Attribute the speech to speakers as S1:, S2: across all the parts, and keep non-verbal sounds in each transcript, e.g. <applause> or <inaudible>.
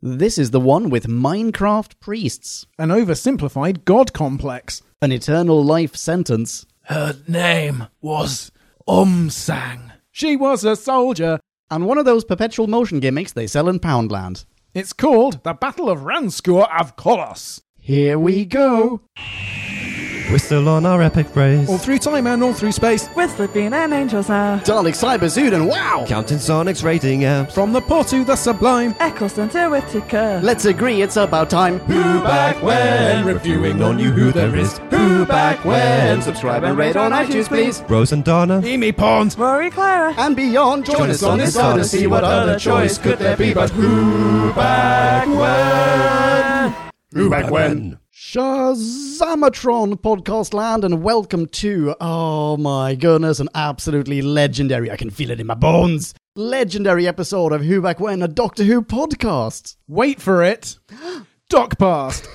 S1: This is the one with Minecraft priests,
S2: An oversimplified god complex.
S1: an eternal life sentence.
S2: Her name was Umsang. She was a soldier.
S1: And one of those perpetual motion gimmicks they sell in Poundland.
S2: It's called the Battle of Ranskour of Kolos.
S1: Here we go.
S3: We're still on our epic race.
S2: All through time and all through space,
S4: We're slipping and angels now.
S1: Dalek Cyber Zood and wow!
S3: Counting Sonic's rating apps.
S2: from the poor to the sublime.
S4: Eccleston to Whitaker.
S1: Let's agree it's about time.
S3: Who back when? Reviewing on you who there is. Who back when? Subscribe and rate
S1: on iTunes, please.
S3: Rose and Donna.
S2: Amy Pond.
S4: Rory Clara.
S1: And beyond, join, us on this odyssey. What other choice could there be but
S3: who back when? Who back when?
S1: Shazamatron podcast land and welcome to oh my goodness an absolutely legendary I can feel it in my bones legendary episode of Who Back When a Doctor Who podcast.
S2: Wait for it. <gasps> Doc past.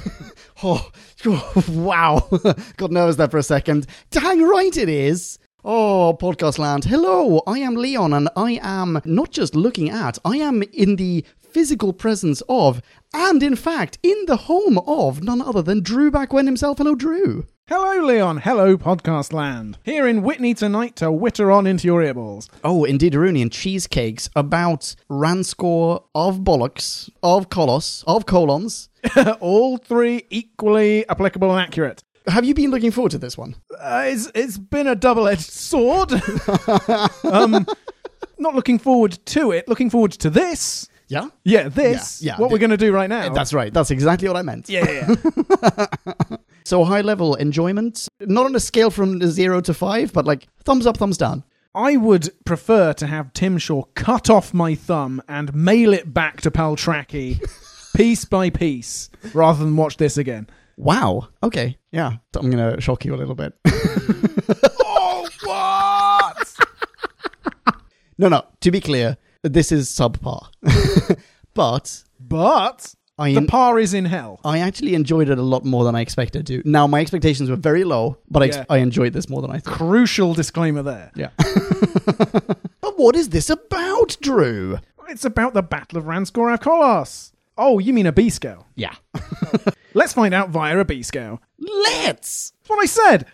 S1: Oh, <laughs> wow. <laughs> Got nervous there for a second. Dang right it is. Oh, podcast land. Hello, I am Leon, and I am not just looking at, I am in the physical presence of, and in fact, in the home of, none other than Drew Backwen himself. Hello, Drew.
S2: Hello, Leon. Hello, podcast land. Here in Whitney tonight to witter on into your earballs. <laughs>
S1: Oh, indeed, Arunian cheesecakes about Ranscore of Bollocks, of Colos, of Colons.
S2: All three equally applicable and accurate.
S1: Have you been looking forward to this one?
S2: Uh, it's, it's been a double edged sword. <laughs> um, not looking forward to it, looking forward to this.
S1: Yeah?
S2: Yeah, this.
S1: Yeah, yeah,
S2: what
S1: the-
S2: we're going to do right now.
S1: That's right. That's exactly what I meant.
S2: yeah, yeah, <laughs> yeah.
S1: So high level enjoyment, not on a scale from zero to five, but like thumbs up, thumbs down.
S2: I would prefer to have Tim Shaw cut off my thumb and mail it back to <laughs> Paltraki piece by piece rather than watch this again.
S1: Wow. Okay. Yeah. I'm gonna shock you a little bit. <laughs>
S2: Oh, what?
S1: no, no. To be clear, this is subpar, <laughs> but
S2: but
S1: I
S2: the par is in hell.
S1: I actually enjoyed it a lot more than I expected to. Now my expectations were very low, but I, ex-
S2: Yeah.
S1: I enjoyed this more than I thought.
S2: Crucial disclaimer there.
S1: Yeah. but what is this about, Drew?
S2: It's about the Battle of Ranskorav Kolos. Oh, you mean a B scale?
S1: Yeah.
S2: Let's find out via a B scale.
S1: Let's.
S2: That's what I said.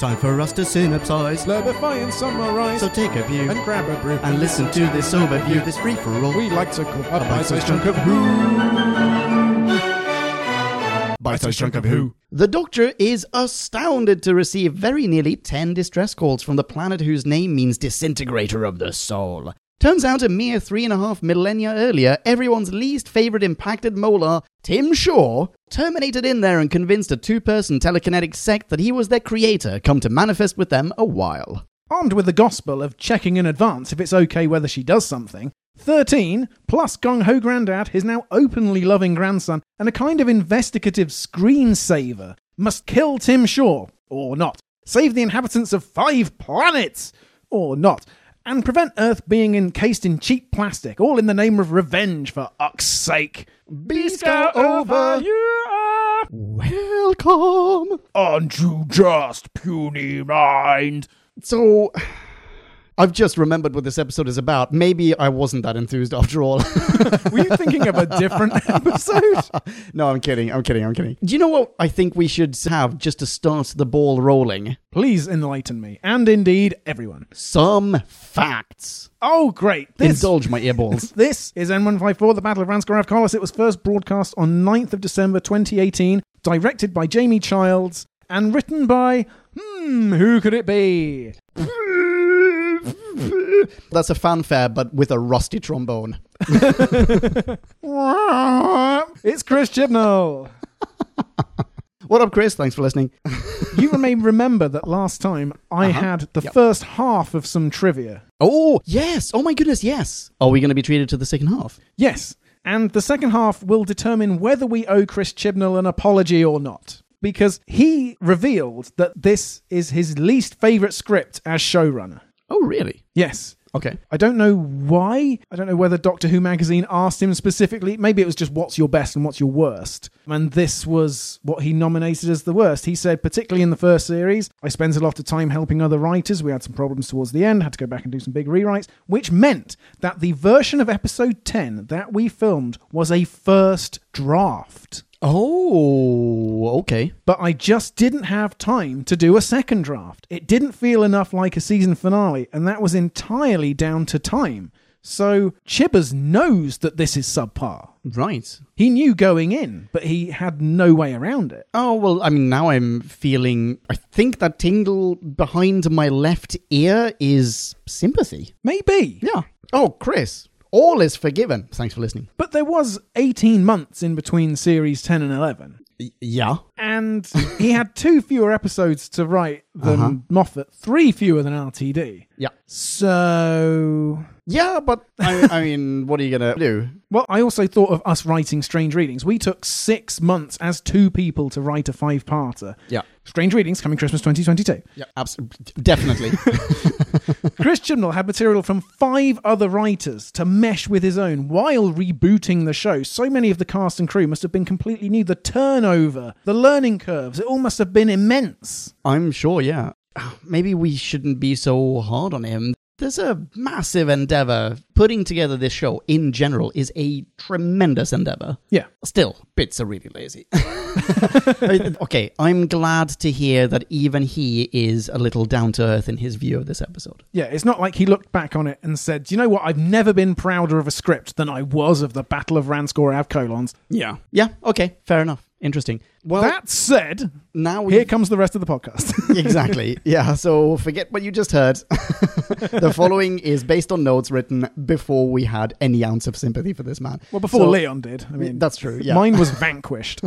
S3: Time for us to synopsize.
S2: Slurpify and summarize
S3: So take a view
S2: grab a brew.
S3: and listen to this overview, this free for all.
S2: we like to call
S3: a bite-sized chunk of
S1: Bite-sized chunk of who? The Doctor is astounded to receive very nearly 10 distress calls from the planet whose name means disintegrator of the soul. Turns out a mere three and a half millennia earlier, everyone's least favorite impacted molar, Tim Shaw, terminated in there and convinced a two person telekinetic sect that he was their creator, come to manifest with them a while.
S2: Armed with the gospel of checking in advance if it's okay whether she does something, 13, plus Gong Ho Grandad, his now openly loving grandson, and a kind of investigative screensaver, must kill Tim Shaw, or not, save the inhabitants of five planets, or not, and prevent Earth being encased in cheap plastic, all in the name of revenge, for uck's sake.
S1: Beasco over.
S2: you are
S1: Welcome!
S2: Aren't you just puny mind?
S1: So. <sighs> I've just remembered what this episode is about. Maybe I wasn't that enthused after all. <laughs>
S2: Were you thinking of a different episode?
S1: no, I'm kidding. I'm kidding. I'm kidding. Do you know what I think we should have just to start the ball rolling?
S2: Please enlighten me, and indeed everyone.
S1: Some facts.
S2: Oh, great! This
S1: Indulge my
S2: <laughs>
S1: earballs.
S2: this is N154, the Battle of Ranskorav Kolos. It was first broadcast on 9th of December 2018, directed by Jamie Childs, and written by hmm, who could it be?
S1: That's a fanfare, but with a rusty trombone.
S2: It's Chris Chibnall.
S1: What up, Chris? Thanks for listening.
S2: You may remember that last time I had the first half of some trivia.
S1: Oh, yes. Oh, my goodness. Yes. Are we going to be treated to the second half?
S2: Yes, and the second half will determine whether we owe Chris Chibnall an apology or not. Because he revealed that this is his least favourite script as showrunner.
S1: Oh, really?
S2: Yes.
S1: Okay.
S2: I don't know why. I don't know whether Doctor Who magazine asked him specifically. Maybe it was just what's your best and what's your worst. And this was what he nominated as the worst. He said, particularly in the first series, I spent a lot of time helping other writers. We had some problems towards the end, had to go back and do some big rewrites, which meant that the version of episode 10 that we filmed was a first draft.
S1: Oh, okay.
S2: But I just didn't have time to do a second draft. It didn't feel enough like a season finale, and that was entirely down to time. So Chibbers knows that this is subpar.
S1: Right.
S2: He knew going in, but he had no way around it.
S1: Oh, well, I mean, now I'm feeling. I think that tingle behind my left ear is sympathy.
S2: Maybe.
S1: Yeah. Oh, Chris, all is forgiven. Thanks for listening.
S2: But there was 18 months in between series 10 and 11.
S1: Y- yeah.
S2: And he had two fewer episodes to write than Moffat, three fewer than RTD.
S1: Yeah.
S2: So
S1: Yeah, but I, I mean, what are you going to do?
S2: Well, I also thought of us writing Strange Readings. We took six months as two people to write a five parter.
S1: Yeah.
S2: Strange Readings coming
S1: <laughs>
S2: Christmas 2022.
S1: Yeah, absolutely. <laughs> Definitely.
S2: Chris Chibnall had material from five other writers to mesh with his own while rebooting the show. So many of the cast and crew must have been completely new. The turnover, the learning curves, it all must have
S1: <laughs>
S2: been immense.
S1: I'm sure, yeah. Ah, Maybe we shouldn't be so hard on him. There's a massive endeavor. Putting together this show in general is a tremendous endeavor.
S2: Yeah.
S1: Still, bits are really lazy. <laughs> I- okay, I'm glad to hear that even he is a little down to earth in his view of this episode.
S2: Yeah, it's not like he looked back on it and said, you know what, I've never been prouder of a script than I was of the Battle of Ranskor Avkolons.
S1: Yeah. Yeah, okay, fair enough. Interesting. Well,
S2: That said,
S1: now we
S2: here comes the rest of the podcast.
S1: exactly. Yeah. So forget what you just heard. the following is based on notes written before we had any ounce of sympathy for this man.
S2: Well, before
S1: So-
S2: Leon did. I mean,
S1: That's true, yeah. <laughs>
S2: Mine was vanquished.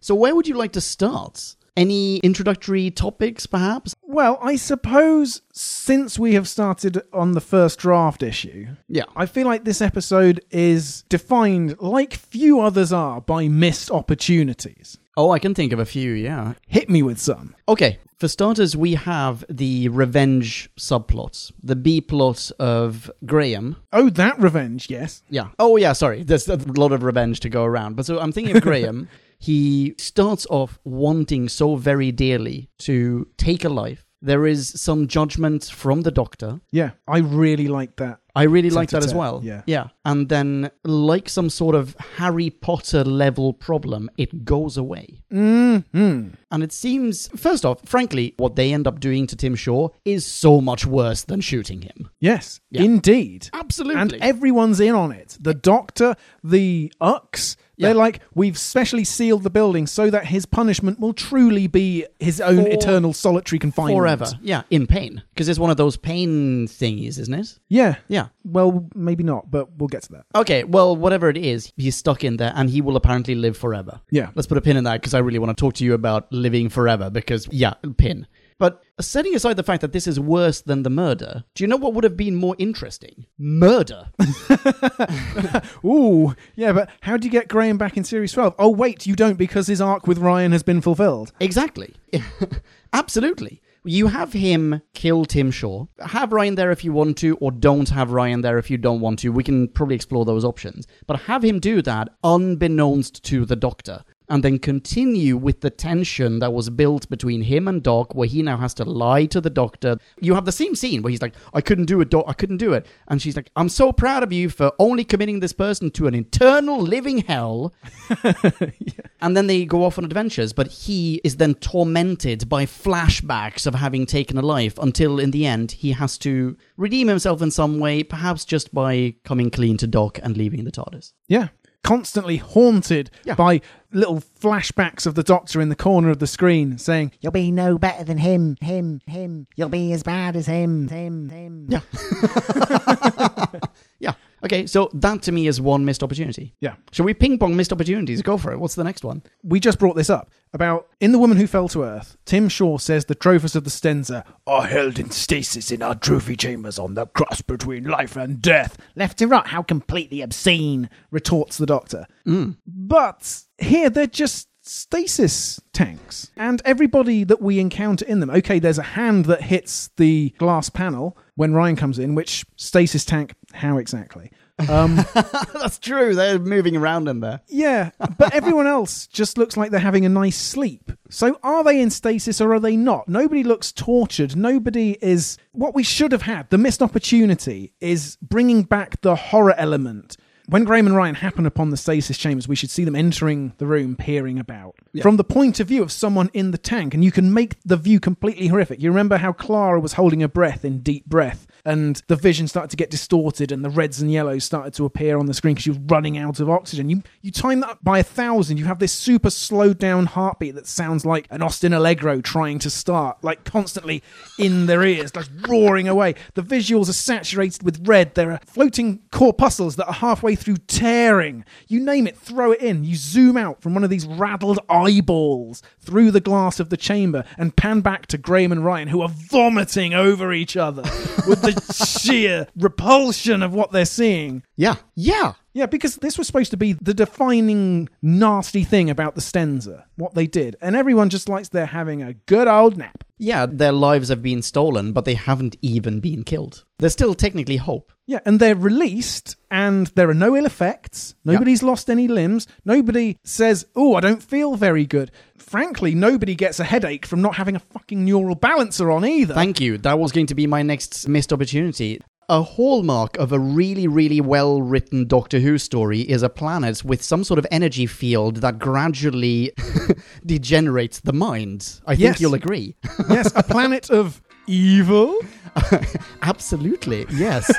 S1: So where would you like to start? Any introductory topics, perhaps?
S2: well, I suppose since we have started on the first draft issue,
S1: Yeah.
S2: I feel like this episode is defined, like few others are, by missed opportunities.
S1: Oh, I can think of a few. Yeah.
S2: Hit me with some.
S1: Okay. For starters, we have the revenge subplots, the B plot of Graham.
S2: Oh, that revenge, yes.
S1: Yeah. Oh, yeah. Sorry. There's a lot of revenge to go around. But so I'm thinking of
S2: <laughs>
S1: Graham. he starts off wanting so very dearly to take a life. There is some judgment from the doctor.
S2: Yeah, I really like that.
S1: I really like that
S2: Tete-a-tete,
S1: as well.
S2: yeah.
S1: Yeah. And then, like some sort of Harry Potter level problem, it goes away.
S2: Hmm.
S1: And it seems, first off, frankly, what they end up doing to Tim Shaw is so much worse than shooting him.
S2: Yes,
S1: Yeah.
S2: indeed.
S1: Absolutely.
S2: And everyone's in on it. The doctor, the Ux.
S1: Yeah.
S2: They're like, we've specially sealed the building so that his punishment will truly be his own
S1: For-
S2: eternal solitary confinement.
S1: Forever. Yeah. In pain. Because it's one of those pain thingies, isn't it?
S2: Yeah.
S1: Yeah.
S2: Well, maybe not, but we'll get to that.
S1: Okay, well, whatever it is, he's stuck in there and he will apparently live forever.
S2: Yeah.
S1: Let's put a pin in that because I really want to talk to you about living forever because, yeah, pin. But setting aside the fact that this is worse than the murder, do you know what would have been more interesting? Murder.
S2: Ooh. Yeah, but how do you get Graham back in series 12? Oh, wait, you don't because his arc with Ryan has been fulfilled.
S1: exactly. <laughs> Absolutely. You have him kill Tim Shaw. Have Ryan there if you want to, or don't have Ryan there if you don't want to. We can probably explore those options. But have him do that unbeknownst to the doctor. And then continue with the tension that was built between him and Doc, where he now has to lie to the doctor. You have the same scene where he's like, "I couldn't do it, Doc. I couldn't do it," and she's like, "I'm so proud of you for only committing this person to an eternal living hell." And then they go off on adventures, but he is then tormented by flashbacks of having taken a life until in the end he has to redeem himself in some way, perhaps just by coming clean to Doc and leaving the TARDIS.
S2: Yeah. Constantly haunted
S1: Yeah.
S2: by little flashbacks of the doctor in the corner of the screen saying,
S5: You'll be no better than him, him, him. You'll be as bad as him, him, him.
S1: Yeah. yeah. Okay, so that to me is one missed opportunity.
S2: Yeah.
S1: Shall we ping pong missed opportunities? Go for it. What's the next one?
S2: we just brought this up about in the woman who fell to earth tim shaw says the trophies of the stenza are held in stasis in our trophy chambers on the cross between life and death left to right how completely obscene retorts the doctor but here they're just stasis tanks and everybody that we encounter in them okay there's a hand that hits the glass panel when ryan comes in which stasis tank how exactly Um,
S1: That's true. They're moving around in there.
S2: yeah, but everyone else just looks like they're having a nice sleep. So are they in stasis or are they not? Nobody looks tortured. Nobody is. What we should have had, the missed opportunity, is bringing back the horror element. When Graham and Ryan happen upon the stasis chambers, we should see them entering the room, peering about from the point of view of someone in the tank, and you can make the view completely horrific. You remember how Clara was holding her breath in deep breath, and the vision started to get distorted, and the reds and yellows started to appear on the screen because she was running out of oxygen. You you time that up by a thousand. You have this super slowed down heartbeat that sounds like an Austin Allegro trying to start, like constantly in their ears, like roaring away. The visuals are saturated with red. There are floating corpuscles that are halfway through tearing. You name it, throw it in. You zoom out from one of these raddled eyeballs through the glass of the chamber and pan back to Graham and Ryan, who are vomiting over each other with the sheer repulsion of what they're seeing.
S1: Yeah. Yeah.
S2: Yeah, because this was supposed to be the defining nasty thing about the Stenza, what they did. And everyone just likes they're having a good old nap.
S1: Yeah, their lives have been stolen, but they haven't even been killed. There's still technically hope.
S2: Yeah, and they're released, and there are no ill effects. Nobody's lost any limbs. Nobody says, Oh, I don't feel very good. Frankly, nobody gets a headache from not having a fucking neural balancer on
S1: <laughs>
S2: either.
S1: Thank you. That was going to be my next missed opportunity. A hallmark of a really, really well written Doctor Who story is a planet with some sort of energy field that gradually <laughs> degenerates the mind. I think
S2: Yes.
S1: you'll agree.
S2: yes, a planet of evil.
S1: Absolutely,
S2: <laughs>
S1: yes.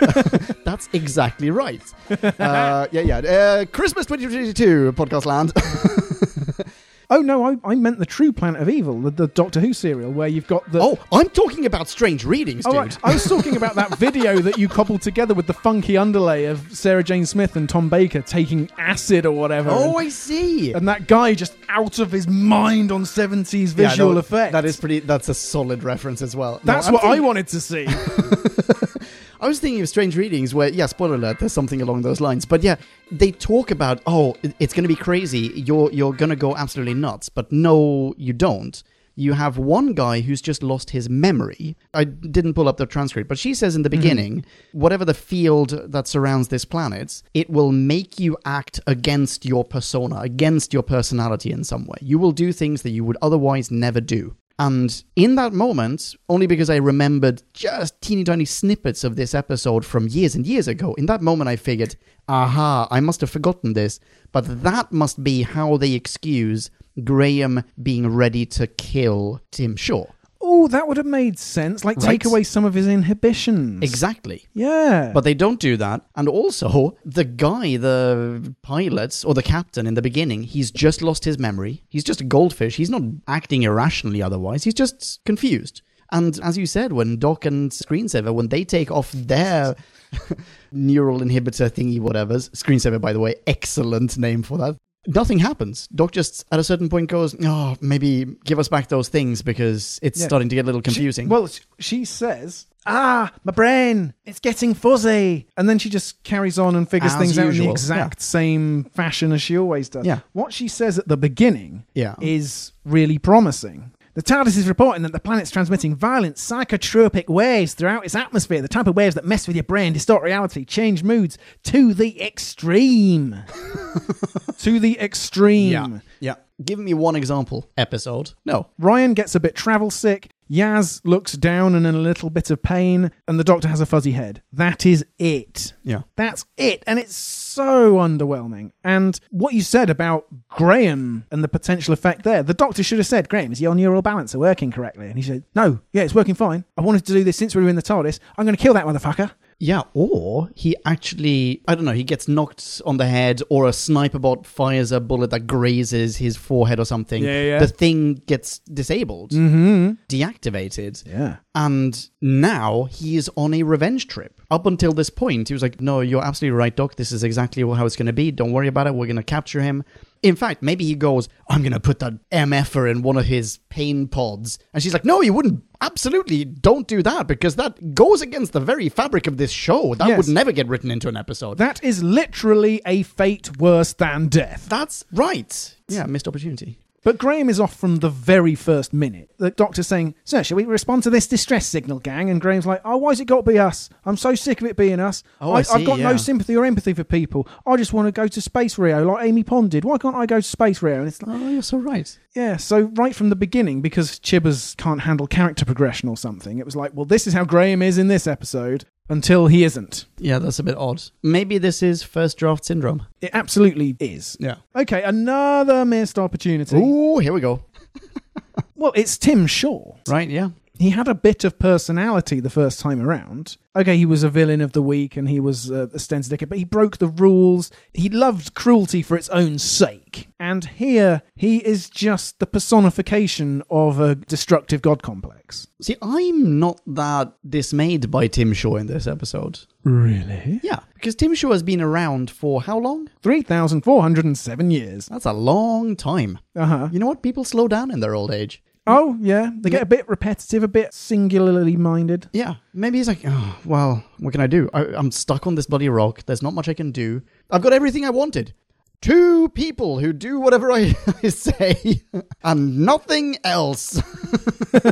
S1: <laughs> That's exactly right. Uh, yeah, yeah. Uh, Christmas 2022, Podcast Land.
S2: <laughs> Oh, no, I, I meant the true planet of evil, the, the Doctor Who serial, where you've got the.
S1: oh, I'm talking about strange readings, dude.
S2: Oh, right. I was talking
S1: <laughs>
S2: about that video that you cobbled together with the funky underlay of Sarah Jane Smith and Tom Baker taking acid or whatever.
S1: Oh,
S2: and,
S1: I see.
S2: and that guy just out of his mind on 70s
S1: Yeah,
S2: visual
S1: no,
S2: effects.
S1: That is pretty. That's a solid reference as well. No,
S2: That's
S1: I'm
S2: what I
S1: thinking-
S2: wanted to <laughs> see.
S1: I was thinking of strange readings where, yeah, spoiler alert, there's something along those lines. But yeah, they talk about, oh, it- it's going to be crazy. You're you're going to go absolutely nuts. But no, you don't. You have one guy who's just lost his memory. I didn't pull up the transcript, but she says in the beginning, whatever the field that surrounds this planet, it will make you act against your persona, against your personality in some way. You will do things that you would otherwise never do. And in that moment, only because I remembered just teeny tiny snippets of this episode from years and years ago, in that moment I figured, aha, I must have forgotten this. But that must be how they excuse Graham being ready to kill Tim Shaw.
S2: oh, that would have made sense. Like,
S1: Right.
S2: take away some of his inhibitions.
S1: Exactly.
S2: Yeah.
S1: But they don't do that. And also, the guy, the pilot or the captain in the beginning, he's just lost his memory. He's just a goldfish. He's not acting irrationally otherwise. He's just confused. And as you said, when Doc and Screensaver, when they take off their <laughs> neural inhibitor thingy, whatever's, Screensaver, by the way, excellent name for that. Nothing happens. Doc just at a certain point goes, Oh, maybe give us back those things because it's
S2: Yeah.
S1: starting to get a little
S2: She-
S1: confusing.
S2: well, sh- she says, "Ah, my brain, it's getting fuzzy," and then she just carries on and figures
S1: As
S2: things out in the
S1: usual,
S2: exact same fashion as she always does.
S1: Yeah.
S2: What she says at the beginning
S1: Yeah.
S2: is really promising. The TARDIS is reporting that the planet's transmitting violent psychotropic waves throughout its atmosphere, the type of waves that mess with your brain, distort reality, change moods to the extreme.
S1: <laughs>
S2: to the extreme.
S1: yeah. Yeah. Give me one example episode. No.
S2: Ryan gets a bit travel sick. Yaz looks down and in a little bit of pain, and the doctor has a fuzzy head. That is it.
S1: Yeah.
S2: That's it. And it's so underwhelming. And what you said about Graham and the potential effect there, the doctor should have said, Graham, is your neural balancer working correctly? And he said, No, yeah, it's working fine. I wanted to do this since we were in the TARDIS. I'm going to kill that motherfucker.
S1: Yeah, or he actually, I don't know, he gets knocked on the head, or a sniper bot fires a bullet that grazes his forehead or something.
S2: Yeah, Mm-hmm. yeah.
S1: The thing gets disabled, deactivated,
S2: Yeah.
S1: and now he is on a revenge trip. Up until this point, he was like, No, you're absolutely right, Doc. This is exactly how it's going to be. Don't worry about it. We're going to capture him. In fact, maybe he goes, I'm going to put that MFer in one of his pain pods. And she's like, No, you wouldn't. Absolutely don't do that because that goes against the very fabric of this show. That
S2: Yes.
S1: would never get written into an episode.
S2: That is literally a fate worse than death.
S1: That's right. Yeah, missed opportunity.
S2: But Graham is off from the very first minute. The doctor's saying, Sir, shall we respond to this distress signal, gang? And Graham's like, Oh, why's it got to be us? I'm so sick of it being us.
S1: Oh, I see,
S2: have got
S1: yeah.
S2: no sympathy or empathy for people. I just want to go to Space Rio like Amy Pond did. Why can't I go to Space Rio? And it's like,
S1: Oh, you're so right.
S2: yeah, so right from the beginning, because Chibbers can't handle character progression or something, it was like, well, this is how Graham is in this episode until he isn't.
S1: Yeah, that's a bit odd. Maybe this is first draft syndrome.
S2: It absolutely is.
S1: Yeah.
S2: Okay, another missed opportunity.
S1: Ooh, here we go.
S2: Well, it's Tim Shaw.
S1: Right, yeah.
S2: He had a bit of personality the first time around. Okay, he was a villain of the week and he was uh, a Sten's dickhead, but he broke the rules. He loved cruelty for its own sake. And here, he is just the personification of a destructive god complex.
S1: See, I'm not that dismayed by Tim Shaw in this episode.
S2: Really?
S1: Yeah, because Tim Shaw has been around for how long?
S2: 3,407 years.
S1: That's a long time.
S2: Uh huh.
S1: You know what? People slow down in their old age.
S2: Oh, yeah. They get a bit repetitive, a bit singularly minded.
S1: Yeah, maybe he's like, oh, well, what can I do? I, I'm stuck on this bloody rock. There's not much I can do. I've got everything I wanted. Two people who do whatever <laughs> I, I say <laughs> and nothing else. <laughs>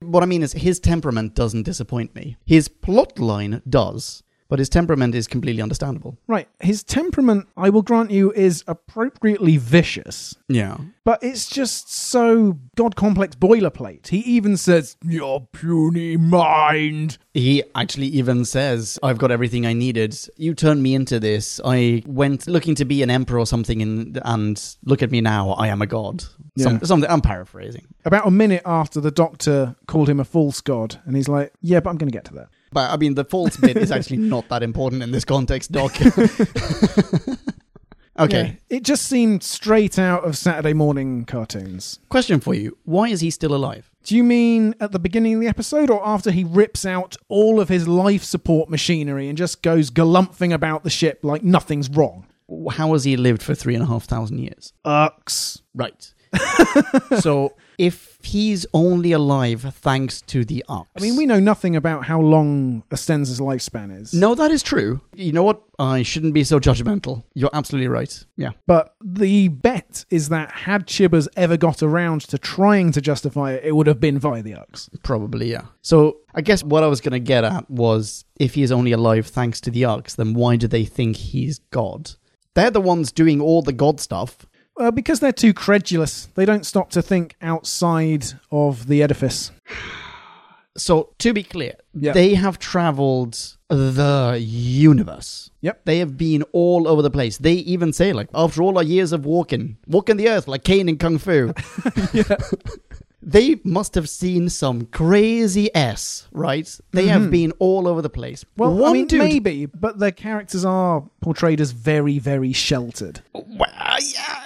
S1: what I mean is, his temperament doesn't disappoint me. His plot line does, but his temperament is completely understandable.
S2: Right. His temperament, I will grant you, is appropriately vicious,
S1: Yeah.
S2: but it's just so god complex boilerplate. He even says, Your puny mind.
S1: He actually even says, I've got everything I needed. You turned me into this. I went looking to be an emperor or something, and, and look at me now. I am a god. Some,
S2: Yeah.
S1: something, I'm paraphrasing.
S2: About a minute after the doctor called him a false god, and he's like, Yeah, but I'm going to get to that.
S1: But I mean, the false bit is actually not that important in this context,
S2: <laughs>
S1: Doc. <laughs> okay.
S2: Yeah. It just seemed straight out of Saturday morning cartoons.
S1: Question for you Why is he still alive?
S2: Do you mean at the beginning of the episode or after he rips out all of his life support machinery and just goes galumphing about the ship like nothing's wrong?
S1: How has he lived for three and a half thousand years?
S2: Ucks.
S1: Right. <laughs> so if he's only alive thanks to the ox.
S2: I mean, we know nothing about how long Astenza's lifespan is.
S1: No, that is true. You know what? I shouldn't be so judgmental. You're absolutely right. Yeah.
S2: But the bet is that had Chibbers ever got around to trying to justify it, it would have been via the Ucks.
S1: Probably, yeah. So I guess what I was going to get at was if he is only alive thanks to the Arks, then why do they think he's God? They're the ones doing all the God stuff.
S2: Uh, because they're too credulous, they don't stop to think outside of the edifice.
S1: So to be clear,
S2: Yeah.
S1: they have traveled the universe.
S2: Yep.
S1: They have been all over the place. They even say, like, after all our years of walking, walking the earth like Kane in Kung
S2: <laughs>
S1: Fu. They must have seen some crazy S, right? They have been all over the place.
S2: Mm-hmm. Well,
S1: one
S2: I mean,
S1: dude,
S2: maybe, but their characters are portrayed as very, very sheltered.
S1: Well, yeah, yeah,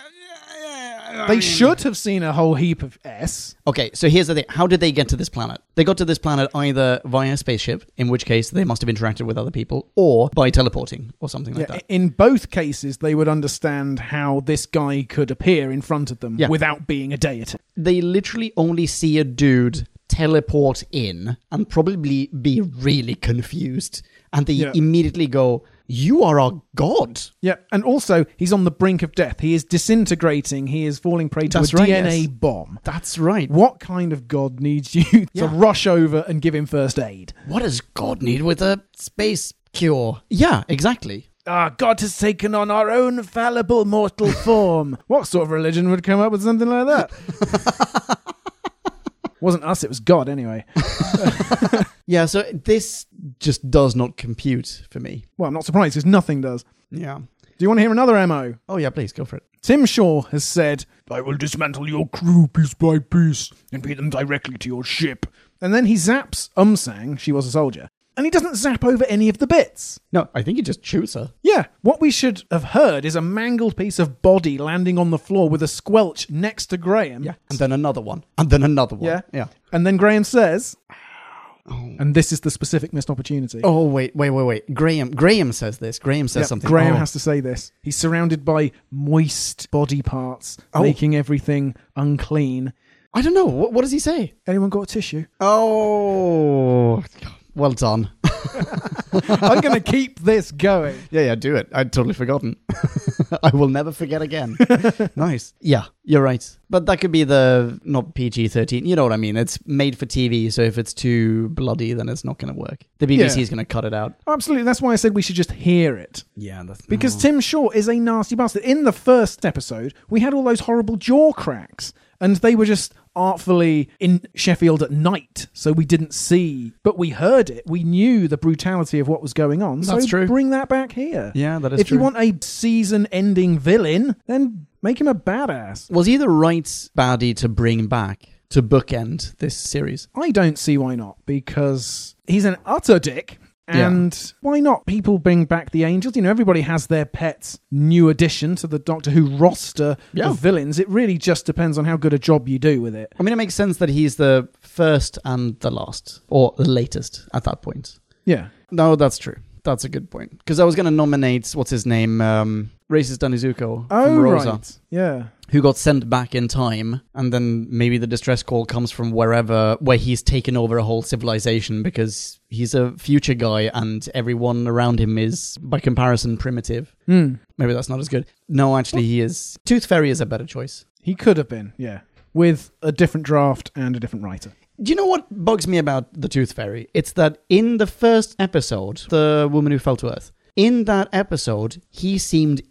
S1: yeah, I
S2: They
S1: mean-
S2: should have seen a whole heap of S.
S1: Okay, so here's the thing. How did they get to this planet? They got to this planet either via spaceship, in which case they must have interacted with other people, or by teleporting or something like
S2: Yeah,
S1: that.
S2: in both cases, they would understand how this guy could appear in front of them
S1: Yeah.
S2: without being a deity.
S1: They literally only see a dude teleport in and probably be really confused. And they
S2: Yeah.
S1: immediately go, You are our god.
S2: Yeah, and also he's on the brink of death. He is disintegrating. He is falling prey to
S1: That's
S2: a
S1: right,
S2: DNA
S1: yes.
S2: bomb.
S1: That's right.
S2: What kind of god needs you <laughs> to
S1: Yeah.
S2: rush over and give him first aid?
S1: What does God need with a space cure? Yeah, exactly.
S2: Ah, God has taken on our own fallible mortal <laughs> form. what sort of religion would come up with something like that? <laughs> Wasn't us, it was God anyway.
S1: Yeah, so this just does not compute for me.
S2: Well, I'm not surprised because nothing does.
S1: Yeah.
S2: Do you want to hear another MO?
S1: Oh, yeah, please go for it.
S2: Tim Shaw has said, I will dismantle your crew piece by piece and beat them directly to your ship. And then he zaps Umsang, she was a soldier, and he doesn't zap over any of the bits.
S1: No, I think he just shoots her.
S2: Yeah, what we should have heard is a mangled piece of body landing on the floor with a squelch next to Graham.
S1: And then another one. And then another one.
S2: Yeah.
S1: Yeah.
S2: And then Graham says, and this is the specific missed opportunity.
S1: Oh wait, wait, wait, wait. Graham Graham says this. Graham says
S2: Yep,
S1: something.
S2: Graham
S1: Oh.
S2: has to say this. He's surrounded by moist body parts,
S1: Oh.
S2: making everything unclean.
S1: I don't know. What, what does he say?
S2: Anyone got a tissue?
S1: Oh well done.
S2: I'm going to keep this going.
S1: Yeah, yeah, do it. I'd totally forgotten. <laughs> I will never forget again. <laughs> nice. Yeah, you're right. But that could be the not PG 13. You know what I mean? It's made for TV, so if it's too bloody, then it's not going to work. The BBC is going to cut it out.
S2: Oh, Absolutely. That's why I said we should just hear it.
S1: Yeah, that's
S2: Because Tim Shaw is a nasty bastard. In the first episode, we had all those horrible jaw cracks, and they were just artfully in Sheffield at night, so we didn't see, but we heard it. We knew the brutality of what was going on. so
S1: That's true.
S2: Bring that back here.
S1: Yeah, that is
S2: If you
S1: true.
S2: want a season-ending villain, then make him a badass.
S1: was he the right baddie to bring back to bookend this series?
S2: I don't see why not because he's an utter dick. And why not people bring back the angels? You know, everybody has their pet's new addition to the Doctor Who roster
S1: Yeah.
S2: of villains. It really just depends on how good a job you do with it.
S1: I mean, it makes sense that he's the first and the last, or the latest at that point.
S2: Yeah.
S1: No, that's true. That's a good point. Because I was going to nominate, what's his name? Um, Racist Danizuko
S2: Oh,
S1: from Rosa,
S2: right. Yeah.
S1: who got sent back in time. And then maybe the distress call comes from wherever, where he's taken over a whole civilization because he's a future guy and everyone around him is, by comparison, primitive.
S2: Hmm.
S1: Maybe that's not as good. No, actually, he is. Tooth Fairy is a better choice.
S2: He could have been. Yeah. With a different draft and a different writer.
S1: Do you know what bugs me about the Tooth Fairy? It's that in the first episode, The Woman Who Fell to Earth, in that episode, he seemed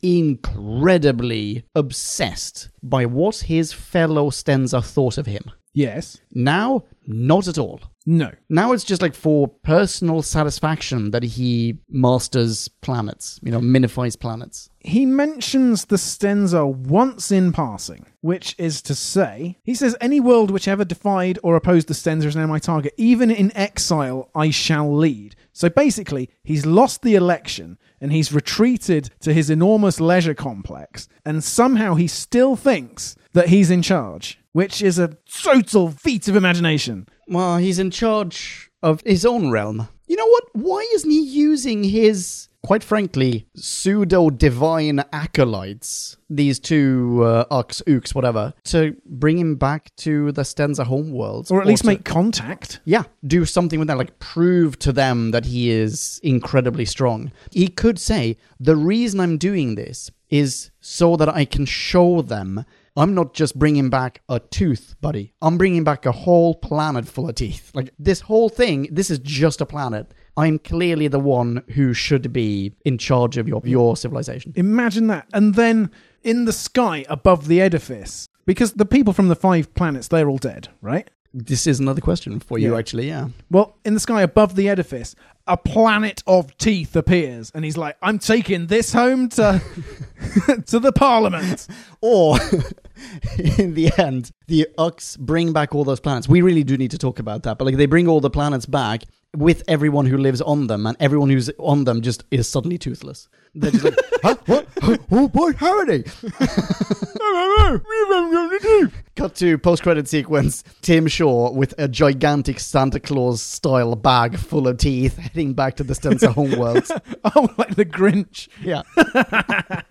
S1: incredibly obsessed by what his fellow Stenza thought of him.
S2: Yes.
S1: Now, not at all.
S2: No.
S1: Now it's just like for personal satisfaction that he masters planets, you know, minifies planets.
S2: he mentions the stanza once in passing, which is to say, he says, Any world which ever defied or opposed the stanza is now my target. Even in exile, I shall lead. So basically, he's lost the election and he's retreated to his enormous leisure complex, and somehow he still thinks that he's in charge, which is a total feat of imagination.
S1: Well, he's in charge of his own realm. You know what? Why isn't he using his, quite frankly, pseudo divine acolytes, these two uh, Ux, Ooks, whatever, to bring him back to the Stenza homeworld?
S2: Or at least
S1: to-
S2: make contact.
S1: Yeah, do something with that, like prove to them that he is incredibly strong. He could say, The reason I'm doing this is so that I can show them I'm not just bringing back a tooth, buddy. I'm bringing back a whole planet full of teeth. Like this whole thing, this is just a planet. I'm clearly the one who should be in charge of your, your civilization.
S2: Imagine that. And then in the sky above the edifice, because the people from the five planets, they're all dead, right?
S1: This is another question for you,
S2: Yeah.
S1: actually. Yeah.
S2: Well, in the sky above the edifice, a planet of teeth appears, and he's like, "I'm taking this home to <laughs> to the Parliament." <laughs>
S1: Or <laughs> in the end, the Ux bring back all those planets. We really do need to talk about that. But like they bring all the planets back with everyone who lives on them, and everyone who's on them just is suddenly toothless. They're just like, huh? What? Huh? Oh boy, how are they? <laughs> Cut to post credit sequence. Tim Shaw with a gigantic Santa Claus style bag full of teeth heading back to the Stenza homeworld.
S2: Oh, like the Grinch.
S1: Yeah.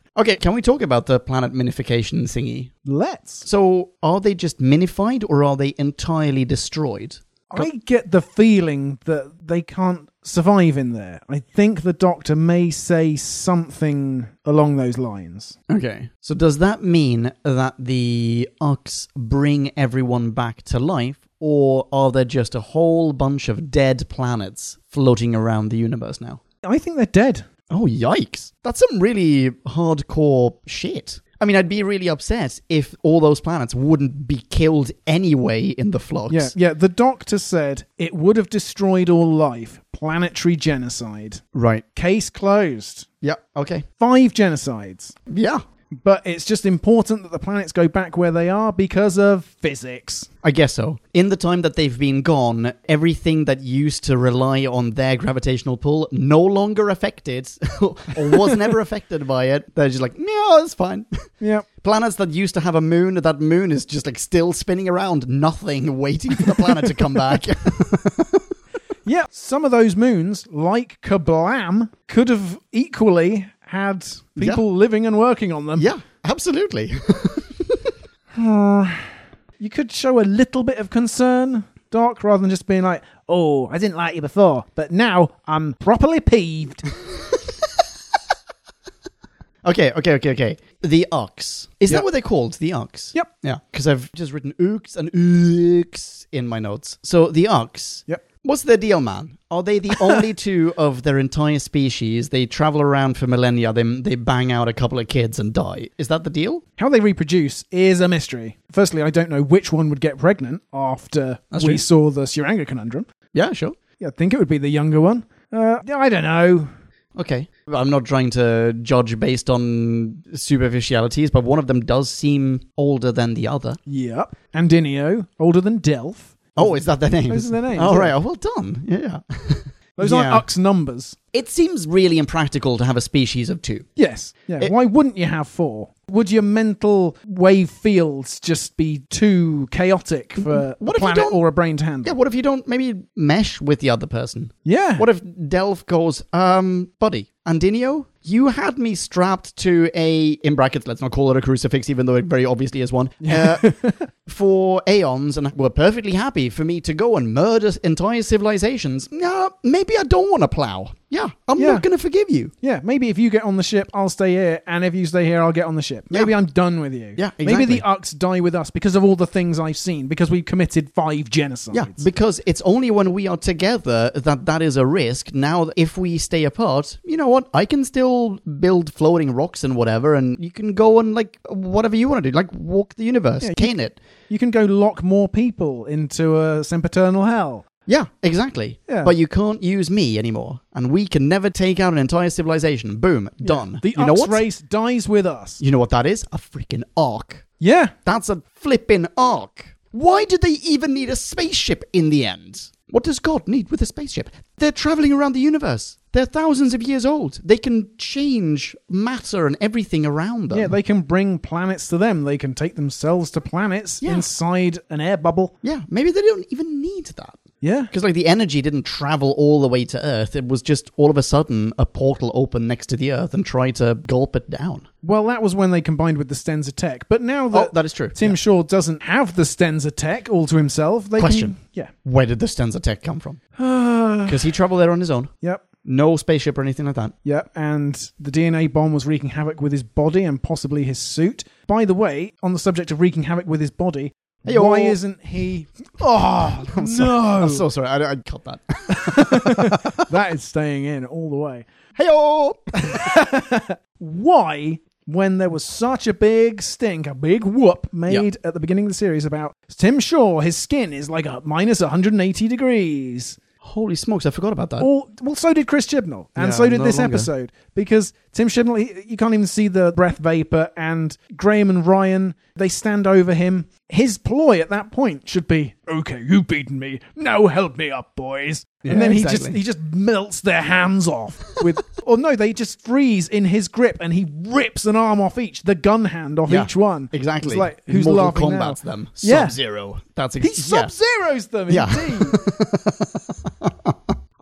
S1: <laughs> okay, can we talk about the planet minification thingy?
S2: Let's.
S1: So are they just minified or are they entirely destroyed?
S2: I get the feeling that they can't survive in there. I think the Doctor may say something along those lines.
S1: Okay. So does that mean that the Ux bring everyone back to life or are there just a whole bunch of dead planets floating around the universe now?
S2: I think they're dead.
S1: Oh, yikes. That's some really hardcore shit. I mean, I'd be really upset if all those planets wouldn't be killed anyway in the flux.
S2: Yeah, yeah. The Doctor said it would have destroyed all life. Planetary genocide.
S1: Right.
S2: Case closed.
S1: Yeah. Okay.
S2: Five genocides.
S1: Yeah.
S2: But it's just important that the planets go back where they are because of physics.
S1: I guess so. In the time that they've been gone, everything that used to rely on their gravitational pull no longer affected <laughs> or was never <laughs> affected by it. They're just like, yeah, it's fine. <laughs>
S2: Yep.
S1: Planets that used to have a moon, that moon is just like still spinning around, nothing, waiting for the planet to come back.
S2: Yeah. Some of those moons, like Kablam, could have equally had people living and working on
S1: <laughs>
S2: them.
S1: yeah, absolutely.
S2: <sighs> You could show a little bit of concern, Doc, rather than just being like, oh, I didn't like you before, but now I'm properly peeved.
S1: <laughs> Okay, okay, okay, okay. The ox. Is
S2: Yep.
S1: that what they're called? The ox?
S2: Yep.
S1: Yeah. Because I've just written ooks and ooks in my notes. So the ox.
S2: Yep.
S1: What's their deal, man? Are they <laughs> the only two of their entire species? They travel around for millennia, they, they bang out a couple of kids and die. Is that the deal?
S2: How they reproduce is a mystery. Firstly, I don't know which one would get pregnant after
S1: That's
S2: we
S1: true.
S2: saw the Suranga conundrum.
S1: Yeah, sure.
S2: Yeah, I think it would be the younger one. Uh, I don't know.
S1: Okay. I'm not trying to judge based on superficialities, but one of them does seem older than the other.
S2: Yep. Andinio, older than Delph.
S1: Oh, is that their name?
S2: Those are their names,
S1: All
S2: yeah.
S1: right. oh, Well done. Yeah.
S2: Those aren't
S1: Yeah.
S2: Ux numbers.
S1: It seems really impractical to have a species of two.
S2: Yes. Yeah.
S1: It-
S2: Why wouldn't you have four? Would your mental wave fields just be too chaotic for
S1: What if
S2: a
S1: you
S2: planet
S1: don't-
S2: or a brain to
S1: Yeah,
S2: handle?
S1: what if you don't maybe mesh with the other person?
S2: Yeah.
S1: What if Delph goes, um, buddy, Andinio, you had me strapped to a, in brackets, let's not call it a crucifix, even though it very obviously is one, uh,
S2: <laughs>
S1: for aeons and were perfectly happy for me to go and murder entire civilizations. Uh, maybe I don't want to plow. Yeah, I'm
S2: Yeah.
S1: not going to forgive you.
S2: Yeah, maybe if you get on the ship, I'll stay here, and if you stay here, I'll get on the ship. Maybe I'm done with you.
S1: Yeah,
S2: Maybe
S1: exactly.
S2: the Ux die with us because of all the things I've seen, because we've committed five genocides.
S1: Yeah, because it's only when we are together that that is a risk. Now, if we stay apart, you know what? I can still build floating rocks and whatever, and you can go and like whatever you want to do, like walk the universe,
S2: Yeah,
S1: cane it.
S2: you can go lock more people into a sempiternal hell.
S1: Yeah, exactly.
S2: Yeah.
S1: But you can't use me anymore, and we can never take out an entire civilization. Boom, done.
S2: The
S1: you
S2: Ux
S1: know what?
S2: race dies with us.
S1: You know what that is? A freaking arc.
S2: Yeah.
S1: That's a flippin' arc. Why did they even need a spaceship in the end? What does God need with a spaceship? They're traveling around the universe. They're thousands of years old. They can change matter and everything around them.
S2: Yeah, they can bring planets to them. They can take themselves to planets
S1: Yeah.
S2: inside an air bubble.
S1: yeah, maybe they don't even need that.
S2: Yeah.
S1: Because, like, the energy didn't travel all the way to Earth. It was just all of a sudden a portal opened next to the Earth and tried to gulp it down.
S2: Well, that was when they combined with the Stenza Tech. But now that,
S1: Oh, that is true.
S2: Tim
S1: Yeah.
S2: Shaw doesn't have the Stenza Tech all to himself, they
S1: Question.
S2: Can, yeah.
S1: Where did the Stenza Tech come
S2: <sighs>
S1: from? Because he traveled there on his own.
S2: Yep.
S1: No spaceship or anything like that.
S2: Yeah, and the DNA bomb was wreaking havoc with his body and possibly his suit. By the way, on the subject of wreaking havoc with his body,
S1: Hey-o.
S2: why isn't he? <laughs> Oh no,
S1: I'm so sorry. I, I cut that.
S2: that is staying in all the way.
S1: Heyo!
S2: Why, when there was such a big stink, a big whoop made
S1: Yeah.
S2: at the beginning of the series about Tim Shaw, his skin is like a minus 180 degrees.
S1: Holy smokes, I forgot about that.
S2: Or well, so did Chris Chibnall, and
S1: Uh, Yeah,
S2: so did
S1: no
S2: this
S1: longer.
S2: episode because Tim Chibnall, he, you can't even see the breath vapor, and Graham and Ryan they stand over him. His ploy at that point should be, "Okay, you've beaten me. Now help me up, boys." and then he just
S1: exactly.
S2: he just melts their hands off with, <laughs> or no, they just freeze in his grip, and he rips an arm off each, the gun hand off
S1: Yeah,
S2: each one.
S1: Exactly.
S2: It's like who's
S1: Mortal
S2: laughing
S1: Kombat's
S2: now?
S1: them.
S2: Yeah.
S1: Sub-Zero. That's
S2: He
S1: exactly.
S2: sub zeros them.
S1: Yeah.
S2: Indeed.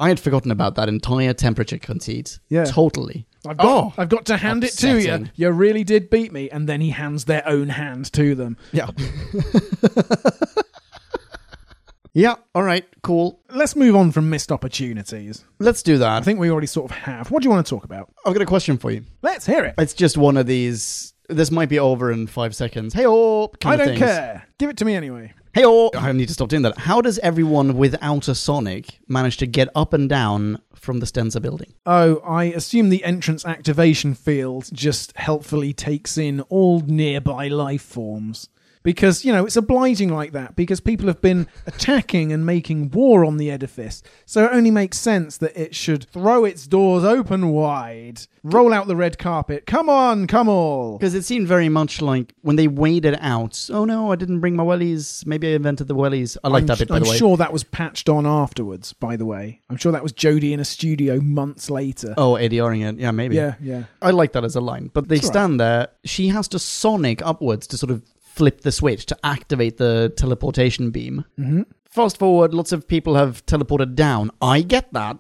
S1: I had forgotten about that entire temperature conceit.
S2: Yeah.
S1: Totally.
S2: I've got,
S1: Oh.
S2: I've got to hand it to you.
S1: Upsetting.
S2: You really did beat me. And then he hands their own hand to them.
S1: Yeah. <laughs> yeah, all right, cool.
S2: Let's move on from missed opportunities.
S1: Let's do
S2: I
S1: that.
S2: think we already sort of have. What do you want to talk about?
S1: I've got a question for you.
S2: Let's hear it.
S1: It's just one of these. This might be over in five seconds. Hey, oh,
S2: I don't care. Give it to me anyway.
S1: Hey, oh, I need to stop doing that. How does everyone without a Sonic manage to get up and down from the Stenza building?
S2: Oh, I assume the entrance activation field just helpfully takes in all nearby life forms. Because, you know, it's obliging like that because people have been attacking and making war on the edifice. So it only makes sense that it should throw its doors open wide, roll out the red carpet. Come on, come all.
S1: Because it seemed very much like when they waded out. Oh no, I didn't bring my wellies. Maybe I invented the wellies. I like
S2: I'm,
S1: that bit, by
S2: I'm
S1: the way.
S2: sure that was patched on afterwards, by the way. I'm sure that was Jodie in a studio months later.
S1: Oh, ADRing it. Yeah, maybe.
S2: yeah, yeah.
S1: I like that as a line. But they
S2: It's all right.
S1: stand there. She has to sonic upwards to sort of flip the switch to activate the teleportation beam.
S2: Mhm.
S1: Fast forward, lots of people have teleported down. I get that.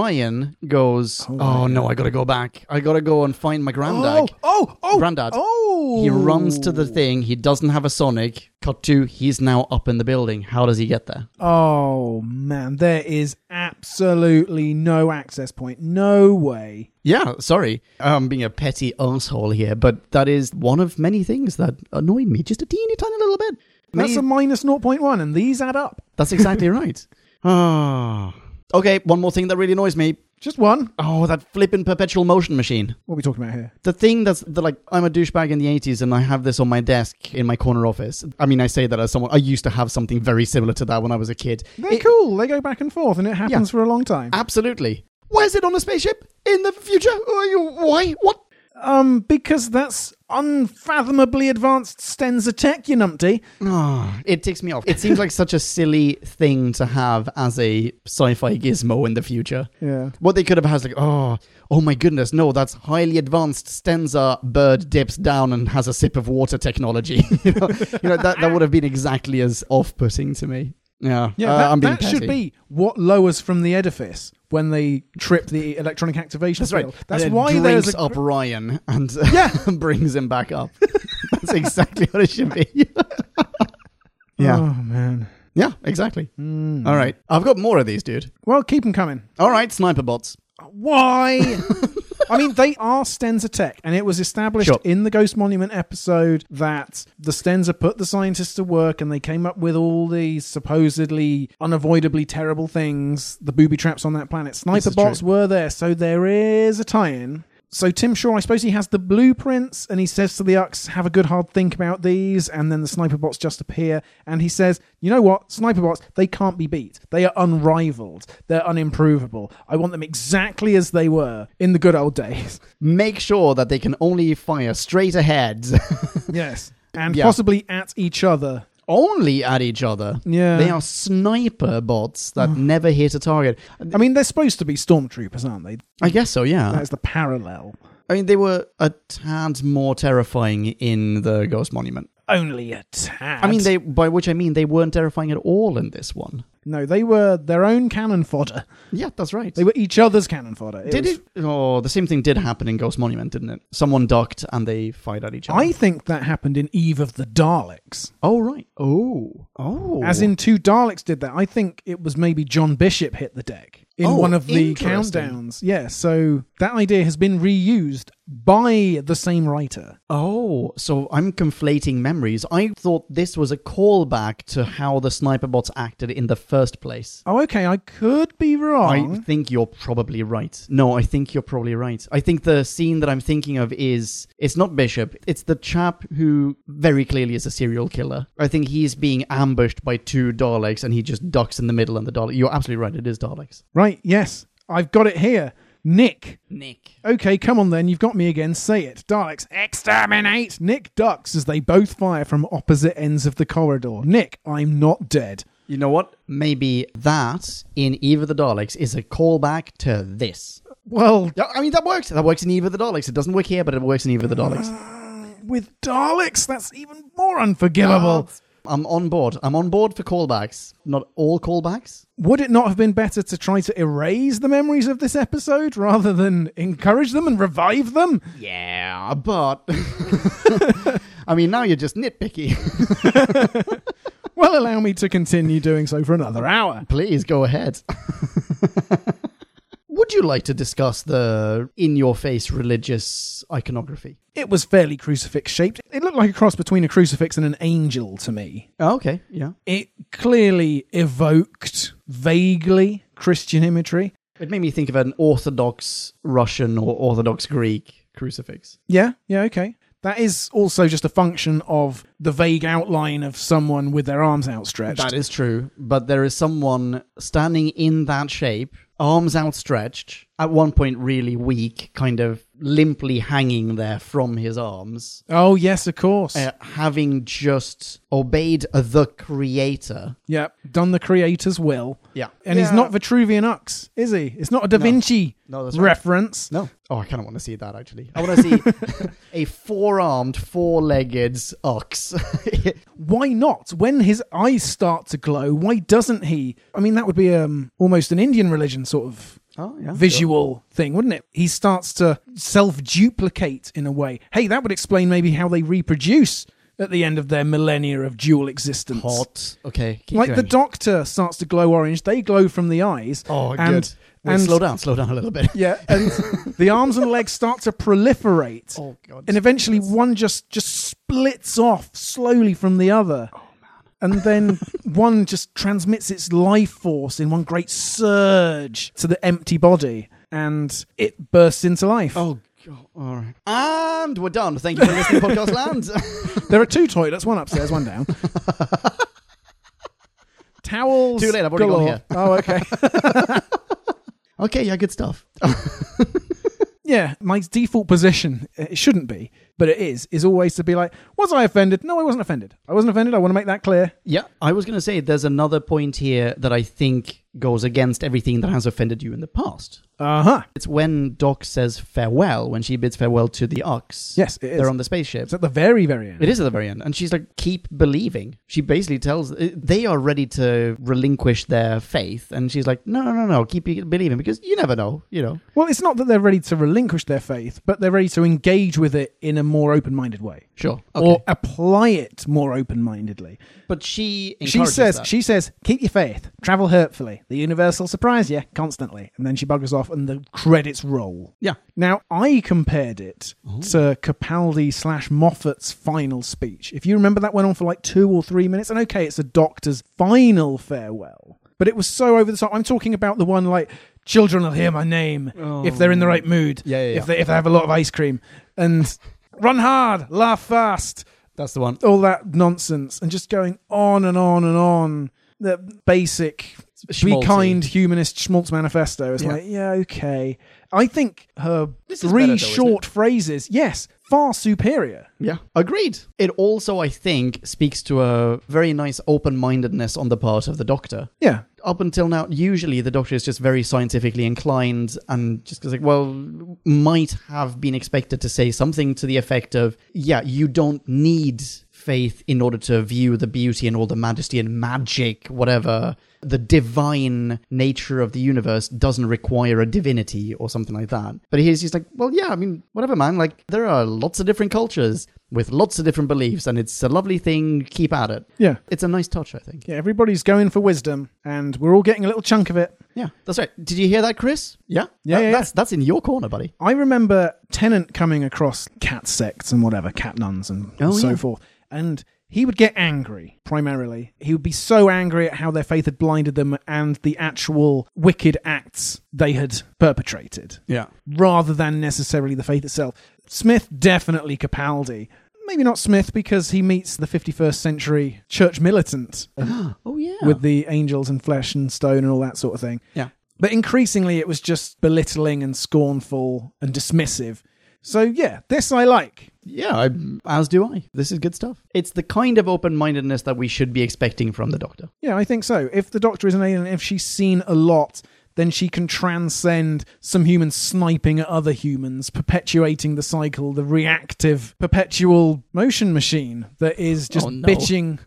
S1: Ryan goes,
S2: Oh,
S1: Oh,
S2: yeah.
S1: no, I gotta go back. I gotta go and find my granddad.
S2: Oh, oh, oh,
S1: Grandad.
S2: Oh,
S1: He runs to the thing. He doesn't have a Sonic. Cut to, he's now up in the building. How does he get there?
S2: Oh man, there is absolutely no access point. No way.
S1: Yeah, sorry. I'm being a petty asshole here, but that is one of many things that annoyed me just a teeny tiny little bit.
S2: That's
S1: Many-
S2: a minus 0.1, and these add up.
S1: <laughs> That's exactly right. Ah. okay, one more thing that really annoys me.
S2: Just one.
S1: Oh, that flippin' perpetual motion machine.
S2: What are we talking about here?
S1: the thing that's the, like I'm a douchebag in the 80s and I have this on my desk in my corner office. I mean, I say that as someone I used to have something very similar to that when I was a kid.
S2: They're
S1: It-
S2: cool. They go back and forth, and it happens for a long time.
S1: Absolutely. Why is it on a spaceship in the future? Why- Why? What?
S2: Um, because that's unfathomably advanced Stenza tech, you numpty.
S1: Ah, it ticks me off. It seems like such a silly thing to have as a sci-fi gizmo in the future.
S2: Yeah.
S1: What they could have had is like, oh, oh my goodness, no, that's highly advanced Stenza bird dips down and has a sip of water technology. <laughs> you know, you know, that, that would have been exactly as off-putting to me. Yeah,
S2: Yeah,
S1: uh,
S2: that,
S1: I'm being
S2: that should
S1: petty.
S2: be what lowers from the edifice when they trip the electronic activation.
S1: That's right.
S2: field. That's
S1: And it
S2: why
S1: drinks
S2: there's a
S1: up Ryan and uh,
S2: Yeah.
S1: <laughs> brings him back up. that's exactly what it should be. <laughs> yeah,
S2: Oh man.
S1: yeah, exactly.
S2: Mm.
S1: All right, I've got more of these, dude.
S2: Well, keep them coming.
S1: All right, sniper bots.
S2: Why? I mean, they are Stenza tech, and it was established
S1: Sure.
S2: in the Ghost Monument episode that the Stenza put the scientists to work and they came up with all these supposedly unavoidably terrible things, the booby traps on that planet. Sniper
S1: is
S2: bots were there, so there is a tie in. So Tim Shaw, I suppose he has the blueprints, and he says to the Ux, "Have a good hard think about these." And then the sniper bots just appear, and he says, "You know what? Sniper bots, they can't be beat. They are unrivaled. They're unimprovable. I want them exactly as they were in the good old days." <laughs>
S1: Make sure that they can only fire straight ahead, <laughs>
S2: yes, and
S1: Yeah.
S2: possibly at each other.
S1: only at each other.
S2: Yeah, Oh.
S1: They are sniper bots that never hit a target.
S2: I mean, they're supposed to be stormtroopers, aren't they?
S1: I guess so, yeah.
S2: That's the parallel.
S1: I mean, they were a tad more terrifying in the Ghost Monument.
S2: Only a tad.
S1: I mean, they by which I mean they weren't terrifying at all in this one.
S2: no, they were their own cannon fodder.
S1: Yeah, that's right.
S2: They were each other's cannon fodder.
S1: did
S2: was
S1: it? Oh, the same thing did happen in Ghost Monument, didn't it? Someone ducked and they fired at each other.
S2: I think that happened in Eve of the Daleks.
S1: oh right. Oh oh.
S2: As in, two Daleks did that. I think it was maybe John Bishop hit the deck in
S1: Oh,
S2: one of the
S1: interesting.
S2: countdowns. Yeah, so that idea has been reused by the same writer.
S1: Oh, so I'm conflating memories. I thought this was a callback to how the sniper bots acted in the first place.
S2: Oh, okay, I could be
S1: I
S2: wrong.
S1: think you're probably right. No, I think you're probably right. I think the scene that I'm thinking of is it's not Bishop. It's the chap who very clearly is a serial killer. I think he's being ambushed by two Daleks and he just ducks in the middle and the Dalek. You're absolutely right. It is Daleks.
S2: Right, yes, I've got it here. Nick.
S1: Nick.
S2: Okay, come on then, you've got me again. Say it. Daleks, exterminate! Nick ducks as they both fire from opposite ends of the corridor. Nick, I'm not dead.
S1: You know what? Maybe that in Eve of the Daleks is a callback to this.
S2: Well,
S1: Yeah, I mean that works. That works in Eve of the Daleks. It doesn't work here, but it works in Eve of the <laughs> Daleks.
S2: with Daleks, that's even more unforgivable.
S1: I'm on board. I'm on board for callbacks. Not all callbacks.
S2: Would it not have been better to try to erase the memories of this episode rather than encourage them and revive them?
S1: Yeah, but <laughs> I mean now you're just nitpicky. <laughs>
S2: Well, allow me to continue doing so for another hour.
S1: Please go ahead. <laughs> Would you like to discuss the in-your-face religious iconography?
S2: It was fairly crucifix shaped. It looked like a cross between a crucifix and an angel to me.
S1: Oh, okay, yeah.
S2: It clearly evoked vaguely Christian imagery.
S1: It made me think of an Orthodox Russian or Orthodox Greek crucifix.
S2: Yeah, yeah, okay. That is also just a function of the vague outline of someone with their arms outstretched.
S1: That is true, but there is someone standing in that shape, arms outstretched, at one point really weak, kind of limply hanging there from his arms,
S2: oh, yes, of course.
S1: uh, having just obeyed the creator.
S2: Yep, done the creator's will.
S1: Yeah.
S2: And he's
S1: Yeah.
S2: not Vitruvian Ux, is he? It's not a Da Vinci
S1: No, that's right.
S2: reference.
S1: No. Oh, I kind of want to see that actually. I want to see <laughs> a four armed, four legged ox.
S2: Why not? When his eyes start to glow, why doesn't he? I mean, that would be um, almost an Indian religion sort of
S1: <laughs> Oh, yeah.
S2: visual thing, wouldn't it? He starts to self duplicate in a way. Hey, that would explain maybe how they reproduce at the end of their millennia of dual existence.
S1: Hot. Okay. Keep
S2: Like the
S1: going.
S2: doctor starts to glow orange, they glow from the eyes.
S1: Oh,
S2: and,
S1: good. Wait,
S2: and-
S1: slow down. Slow down a little bit. <laughs>
S2: Yeah, and the arms and legs start to proliferate.
S1: Oh God.
S2: and eventually one just just splits off slowly from the other
S1: Oh,
S2: and then <laughs> one just transmits its life force in one great surge to the empty body and it bursts into life
S1: oh God. All right. And we're done. Thank you for <laughs> listening, Podcast Land.
S2: there are two toilets one upstairs
S1: <laughs>
S2: one down towels
S1: Too late, I've already gone
S2: galore.
S1: here. <laughs>
S2: oh okay
S1: okay. Yeah. Good stuff.
S2: yeah my default position it shouldn't be but it is is always to be like was i offended no i wasn't offended i wasn't offended i want to make that clear
S1: Yeah, I was going to say there's another point here that I think goes against everything that has offended you in the past.
S2: uh-huh
S1: It's when Doc says farewell, when she bids farewell to the Ox.
S2: yes it is.
S1: They're on the spaceship.
S2: it's at the very very end
S1: It is at the very end. And she's like, keep believing. She basically tells, eh, they are ready to relinquish their faith. And she's like, no, no, no, no, keep believing because you never know, you know.
S2: Well, it's not that they're ready to relinquish their faith, but they're ready to engage with it in a more open minded way
S1: Sure.
S2: or apply it more open mindedly.
S1: but she
S2: She
S1: encourages
S2: says,
S1: that.
S2: she says, keep your faith, travel hurtfully, the universe will surprise you constantly. And then she buggers off and the credits roll.
S1: Yeah.
S2: Now, I compared it to Capaldi slash Moffat's final speech. If you remember, that went on for like two or three minutes. And okay, it's a doctor's final farewell. But it was so over the top. I'm talking about the one like, children will hear my name if they're in the right mood,
S1: Oh. Yeah, yeah, yeah.
S2: If, they, if they have a lot of ice cream, and run hard, laugh fast,
S1: That's the one.
S2: all that nonsense, and just going on and on and on. The basic
S1: Schmaltzy.
S2: be kind humanist Schmaltz manifesto. It's
S1: Yeah.
S2: like, yeah, okay. I think her
S1: This is better though,
S2: three
S1: isn't
S2: short phrases, yes, far superior.
S1: Yeah, agreed. It also, I think, speaks to a very nice open mindedness on the part of the doctor.
S2: Yeah.
S1: Up until now, usually the doctor is just very scientifically inclined and just goes like, well, might have been expected to say something to the effect of, yeah, you don't need faith in order to view the beauty and all the majesty and magic, whatever. The divine nature of the universe doesn't require a divinity or something like that. But he's just like, well, yeah, I mean, whatever, man. Like, there are lots of different cultures with lots of different beliefs, and it's a lovely thing. Keep at it.
S2: Yeah.
S1: It's a nice touch, I think.
S2: Yeah, everybody's going for wisdom, and we're all getting a little chunk of it.
S1: Yeah, that's right. Did you hear that, Chris? Yeah,
S2: Yeah,
S1: That-
S2: yeah,
S1: That's that's in your corner, buddy.
S2: I remember Tennant coming across cat sects and whatever, cat nuns and
S1: Oh,
S2: so
S1: yeah.
S2: forth. And he would get angry, primarily. He would be so angry at how their faith had blinded them and the actual wicked acts they had perpetrated,
S1: Yeah,
S2: rather than necessarily the faith itself. Smith, definitely Capaldi. Maybe not Smith because he meets the 51st century church militant
S1: Oh yeah.
S2: with the angels and flesh and stone and all that sort of thing.
S1: yeah.
S2: But increasingly, it was just belittling and scornful and dismissive. So, yeah, this I like.
S1: Yeah, I, as do I. This is good stuff. It's the kind of open mindedness that we should be expecting from the doctor.
S2: Yeah, I think so. If the Doctor is an alien, if she's seen a lot, then she can transcend some humans sniping at other humans, perpetuating the cycle, the reactive, perpetual motion machine that is just
S1: Oh, no. <laughs>
S2: bitching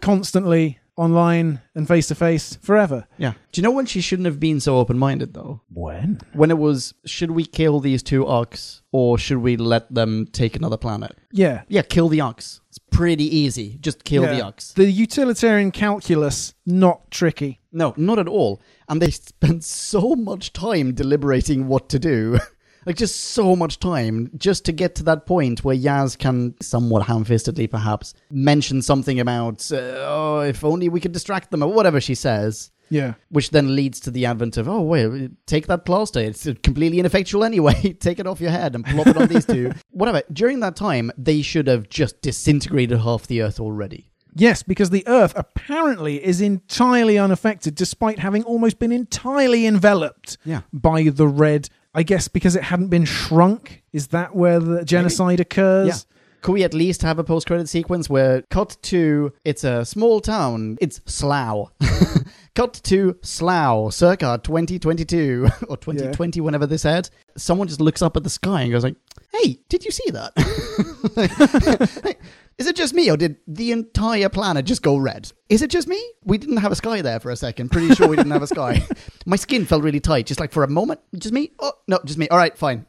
S2: constantly online and face to face forever.
S1: Yeah. Do you know when she shouldn't have been so open minded, though?
S2: When?
S1: When it was, should we kill these two ox or should we let them take another planet?
S2: Yeah.
S1: Yeah, kill the ox. It's pretty easy. Just kill the
S2: Yeah.
S1: ox.
S2: The utilitarian calculus, not tricky.
S1: No, not at all. And they spent <laughs> so much time deliberating what to do. <laughs> Like, just so much time just to get to that point where Yaz can, somewhat ham fistedly perhaps, mention something about, uh, oh, if only we could distract them or whatever she says,
S2: Yeah.
S1: which then leads to the advent of, oh, wait, take that plaster. It's completely ineffectual anyway. <laughs> take it off your head and plop it on these two. Whatever. During that time, they should have just disintegrated half the Earth already.
S2: Yes, because the Earth apparently is entirely unaffected, despite having almost been entirely enveloped
S1: Yeah.
S2: by the red. I guess because it hadn't been shrunk. Is that where the genocide occurs?
S1: Yeah. Could we at least have a post credit sequence where cut to it's a small town, it's Slough. <laughs> cut to Slough, circa 2022 <laughs> or 2020, whenever this aired. Someone just looks up at the sky and goes like, "Hey, did you see that?" <laughs> Is it just me, or did the entire planet just go red? Is it just me? We didn't have a sky there for a second. Pretty sure we didn't have a sky. My skin felt really tight, just like for a moment. Just me? Oh, no, just me. All right, fine.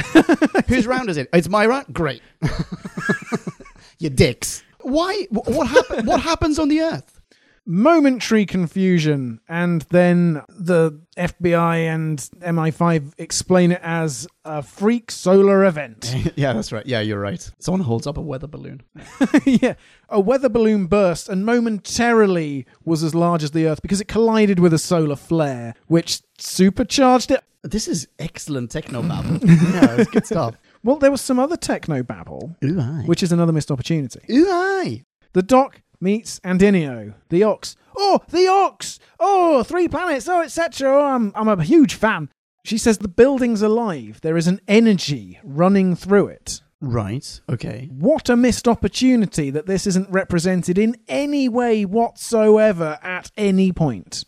S1: <laughs> Whose round is it? It's my round? Great. you dicks. Why? wh- What, <laughs> hap- what happens on the Earth?
S2: momentary confusion and then the FBI and MI5 explain it as a freak
S1: <laughs>
S2: solar event.
S1: <laughs>
S2: <laughs>
S1: yeah, that's right. Yeah, you're right. Someone holds up a weather balloon.
S2: yeah, a weather balloon burst and momentarily was as large as the earth because it collided with a solar flare which supercharged it.
S1: This is excellent techno <laughs> babble. yeah, it's good stuff.
S2: Well, there was some other techno babble,
S1: Ooh, aye.
S2: which is another missed opportunity.
S1: Ooh, aye.
S2: The Doc meets Andinio, the Ox. Oh, the Ox! Oh, three planets, oh, etc. Oh, I'm, I'm a huge fan. She says the building's alive. There is an energy running through it.
S1: Right. Okay.
S2: What a missed opportunity that this isn't represented in any way whatsoever at any point.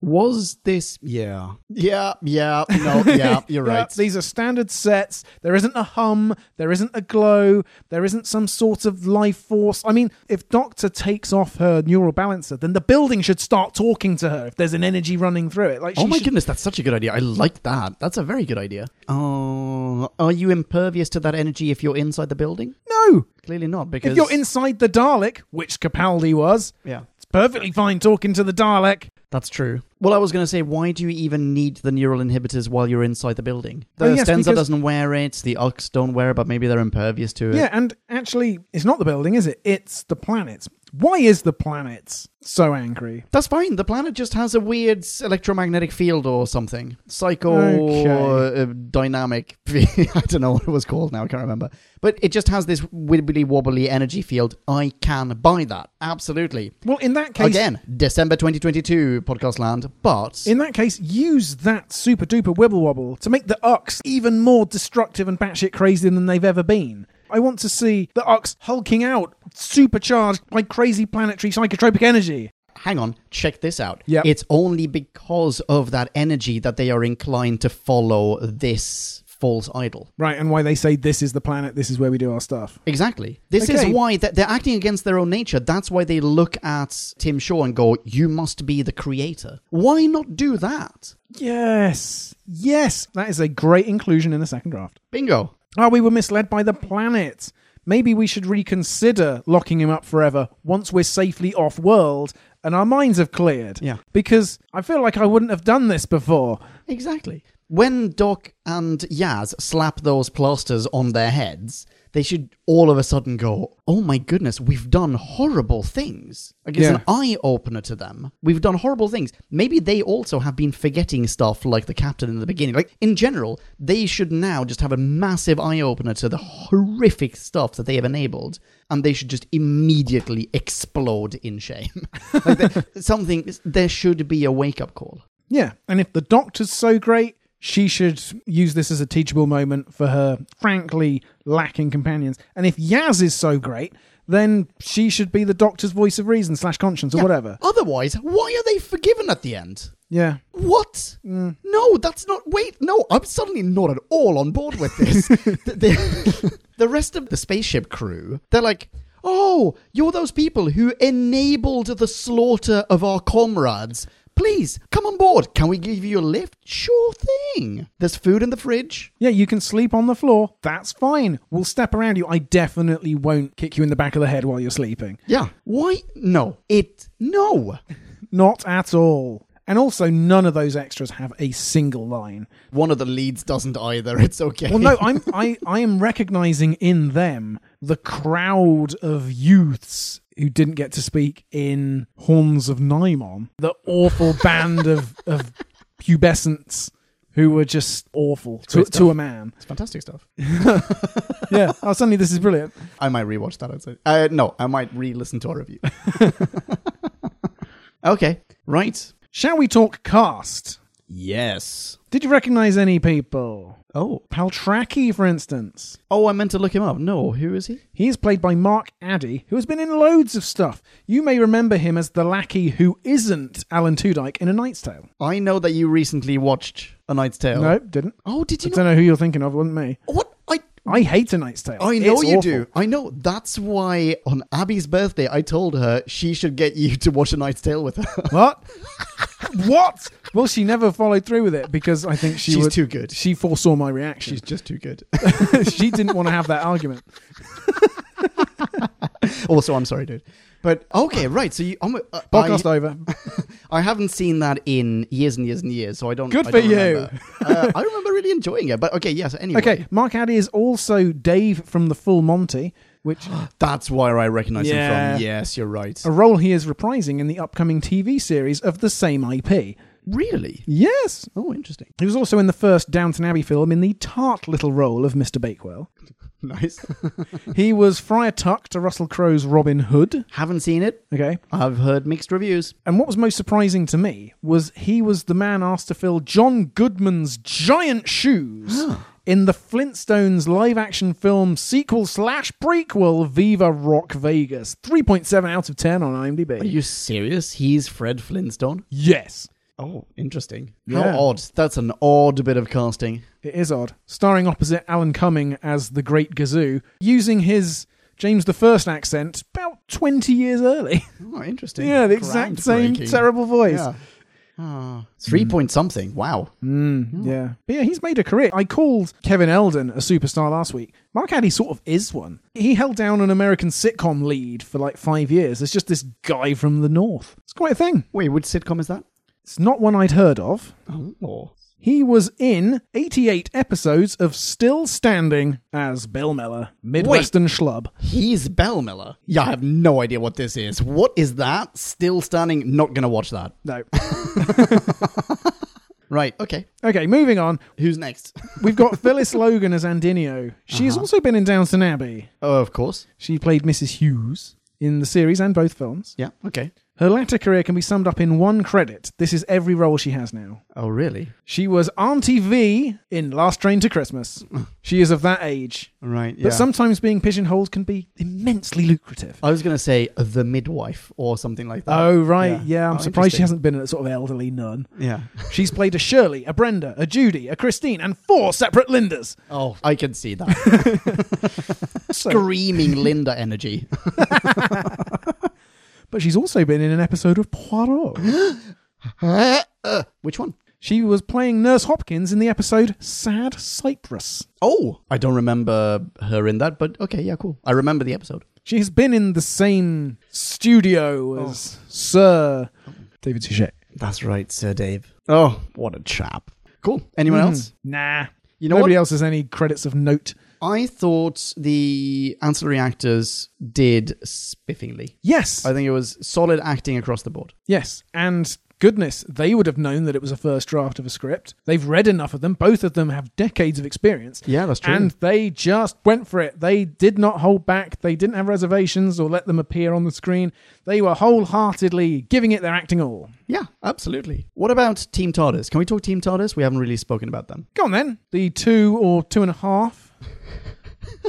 S1: Was this? Yeah. Yeah. Yeah. <laughs> No. Yeah. You're
S2: Yeah,
S1: right.
S2: these are standard sets. There isn't a hum. There isn't a glow. There isn't some sort of life force. I mean, if Doctor takes off her neural balancer, then the building should start talking to her. If there's an energy running through it, like she
S1: Oh my
S2: should-
S1: goodness, that's such a good idea. I like that. That's a very good idea. Oh, are you impervious to that energy if you're inside the building?
S2: No,
S1: Clearly not, because
S2: if you're inside the Dalek, which Capaldi was,
S1: Yeah,
S2: it's perfectly fine talking to the Dalek.
S1: that's true. Well, I was going to say, why do you even need the neural inhibitors while you're inside the building? The
S2: Oh, yes,
S1: Stenza
S2: because-
S1: doesn't wear it. The Ux don't wear it, but maybe they're impervious to it.
S2: Yeah, and actually, it's not the building, is it? It's the planets. Why is the planets so angry?
S1: That's fine. The planet just has a weird s- electromagnetic field or something. Psycho
S2: Okay.
S1: uh, dynamic. <laughs> I don't know what it was called now. I can't remember. But it just has this wibbly wobbly energy field. I can buy that. Absolutely.
S2: Well, in that case,
S1: Again, December 2022, podcast land. But
S2: In that case, use that super duper wibble wobble to make the Ux even more destructive and batshit crazy than they've ever been. I want to see the Ux hulking out, supercharged by crazy planetary psychotropic energy.
S1: hang on, check this out.
S2: Yep.
S1: It's only because of that energy that they are inclined to follow this false idol.
S2: Right, and why they say this is the planet, this is where we do our stuff.
S1: Exactly. This
S2: Okay.
S1: is why th- they're acting against their own nature. That's why they look at Tim Shaw and go, "You must be the creator." Why not do that?
S2: Yes, yes, that is a great inclusion in the second draft.
S1: Bingo.
S2: Oh, we were misled by the planet. Maybe we should reconsider locking him up forever once we're safely off world and our minds have cleared.
S1: Yeah.
S2: Because I feel like I wouldn't have done this before.
S1: Exactly. When Doc and Yaz slap those plasters on their heads, they should all of a sudden go, "Oh my goodness, we've done horrible things." Like it's an
S2: Yeah.
S1: eye opener to them. We've done horrible things. Maybe they also have been forgetting stuff like the captain in the beginning. Like in general, they should now just have a massive eye opener to the horrific stuff that they have enabled, and they should just immediately explode in shame. <laughs> like they- something there should be a wake up call.
S2: Yeah, and if the doctor's so great, she should use this as a teachable moment for her frankly lacking companions. And if Yaz is so great, then she should be the doctor's voice of reason slash conscience or
S1: Yeah.
S2: whatever.
S1: Otherwise, why are they forgiven at the end?
S2: Yeah.
S1: What?
S2: Mm.
S1: No, that's not. Wait, no, I'm suddenly not at all on board with
S2: <laughs>
S1: this. the, the- <laughs> the rest of the spaceship crew, they're like, oh, you're those people who enabled the slaughter of our comrades. Please come on board. Can we give you a lift? Sure thing. There's food in the fridge.
S2: Yeah, you can sleep on the floor. That's fine. We'll step around you. I definitely won't kick you in the back of the head while you're sleeping.
S1: Yeah. Why? No. It. No.
S2: Not at all. And also, none of those extras have a single line.
S1: One of the leads doesn't either. It's okay.
S2: Well, no, I'm I, I am recognizing in them the crowd of youths who didn't get to speak in Horns of Nymon, the awful <laughs> band of of pubescents who were just awful to,
S1: great
S2: to a man.
S1: <laughs> It's fantastic stuff.
S2: Yeah. Oh, suddenly this is brilliant.
S1: I might rewatch that. I'd say. Uh, no, I might re-listen to our review. okay, right.
S2: Shall we talk cast?
S1: Yes.
S2: Did you recognize any people?
S1: Oh,
S2: Paltraki, for instance.
S1: oh, I meant to look him up. No, who is he?
S2: He is played by Mark Addy, who has been in loads of stuff. You may remember him as the lackey who isn't Alan Tudyk in A Knight's Tale.
S1: I know that you recently watched A Knight's Tale.
S2: No, didn't.
S1: Oh, did
S2: I
S1: you?
S2: don't
S1: Not?
S2: know who you're thinking of. It wasn't me.
S1: What? I
S2: I hate A Knight's Tale.
S1: I know
S2: It's
S1: you
S2: awful.
S1: do. I know. That's why on Abby's birthday, I told her she should get you to watch A Knight's Tale with her.
S2: What? what? Well, she never followed through with it because I think
S1: <laughs>
S2: she
S1: She's
S2: would-
S1: too good.
S2: She foresaw my reaction.
S1: She's just too good. <laughs>
S2: <laughs> she didn't want to have that argument.
S1: also, I'm sorry, dude. But okay, right. So you, I'm, uh,
S2: Podcast
S1: I,
S2: over.
S1: I haven't seen that in years and years and years, so I don't.
S2: Good
S1: I
S2: for
S1: don't
S2: you. <laughs>
S1: remember. uh, I remember really enjoying it, but okay, yes. Anyway,
S2: Okay, Mark Addy is also Dave from the Full Monty, which
S1: that's where I recognise him
S2: Yeah. Oh,
S1: from. Yes, you're right.
S2: a role he is reprising in the upcoming TV series of the same IP.
S1: Really?
S2: Yes,
S1: Oh, interesting.
S2: he was also in the first Downton Abbey film in the tart little role of
S1: <laughs>
S2: Mr. Bakewell.
S1: Nice.
S2: He was Friar Tuck to Russell Crowe's Robin Hood.
S1: haven't seen it.
S2: Okay,
S1: I've heard mixed reviews.
S2: And what was most surprising to me was he was the man asked to fill John Goodman's giant shoes in the Flintstones live action film sequel slash prequel Viva Rock Vegas. 3.7 out of 10 on IMDb.
S1: Are you serious? He's Fred Flintstone.
S2: yes.
S1: Oh, interesting.
S2: Yeah.
S1: How odd. That's an odd bit of casting.
S2: It is odd. Starring opposite Alan Cumming as the Great Gazoo, using his James the First accent about 20 years early. <laughs>
S1: Oh, interesting.
S2: yeah, the exact same
S1: Groundbreaking.
S2: terrible Mm. voice.
S1: Yeah. Ah, three point something. Wow.
S2: Yeah. But yeah, he's made a career. I called Kevin Eldon a superstar last week. Mark Addy sort of is one. He held down an American sitcom lead for like five years. It's just this guy from the North. It's quite a thing.
S1: Wait, which sitcom is that?
S2: It's not one I'd heard of.
S1: Oh.
S2: He was in 88 episodes of Still Standing as Bill Miller, Midwestern schlub.
S1: He's Bell Miller. Yeah, I have no idea what this is. What is that? Still standing. Not going to watch that.
S2: No.
S1: Right. Okay.
S2: okay, moving on.
S1: Who's next?
S2: We've got Phyllis Logan as Andinio. She's also been in Downton Abbey.
S1: <laughs> oh, of course.
S2: She played Mrs. Hughes in the series and both films.
S1: Yeah. Okay.
S2: Her latter career can be summed up in one credit. This is every role she has now.
S1: Oh, really?
S2: She was Auntie V in Last Train
S1: <laughs>
S2: to Christmas. She is of that age.
S1: Right. Yeah.
S2: But sometimes being pigeonholed can be immensely lucrative.
S1: I was going to say uh, the midwife or something like that.
S2: Oh, right. Yeah, I'm
S1: Oh,
S2: surprised
S1: interesting.
S2: she hasn't been a sort of elderly nun.
S1: <laughs> Yeah.
S2: She's played a Shirley, a Brenda, a Judy, a Christine, and four separate Lindas.
S1: Oh, I can see <laughs> that. Screaming Linda <laughs> energy.
S2: But she's also been in an episode
S1: <gasps>
S2: of Poirot.
S1: Uh, which one?
S2: she was playing Nurse Hopkins in the episode Sad Cypress.
S1: Oh, I don't remember her in that, but okay, yeah, cool. I remember the episode.
S2: She has been in the same studio as Sir David Suchet.
S1: That's right, Sir Dave. Hmm. Oh, what a chap. Cool. Anyone else?
S2: Nah.
S1: You know
S2: Nobody
S1: what?
S2: else has any credits of note.
S1: I thought the ancillary actors did spiffingly.
S2: Yes.
S1: I think it was solid acting across the board.
S2: yes. And goodness, they would have known that it was a first draft of a script. They've read enough of them. Both of them have decades of experience.
S1: Yeah, that's true.
S2: And they just went for it. They did not hold back. They didn't have reservations or let them appear on the screen. They were wholeheartedly giving it their acting all.
S1: yeah, absolutely. What about Team TARDIS? Can we talk Team TARDIS? We haven't really spoken about them.
S2: Go on then. The two or two and a half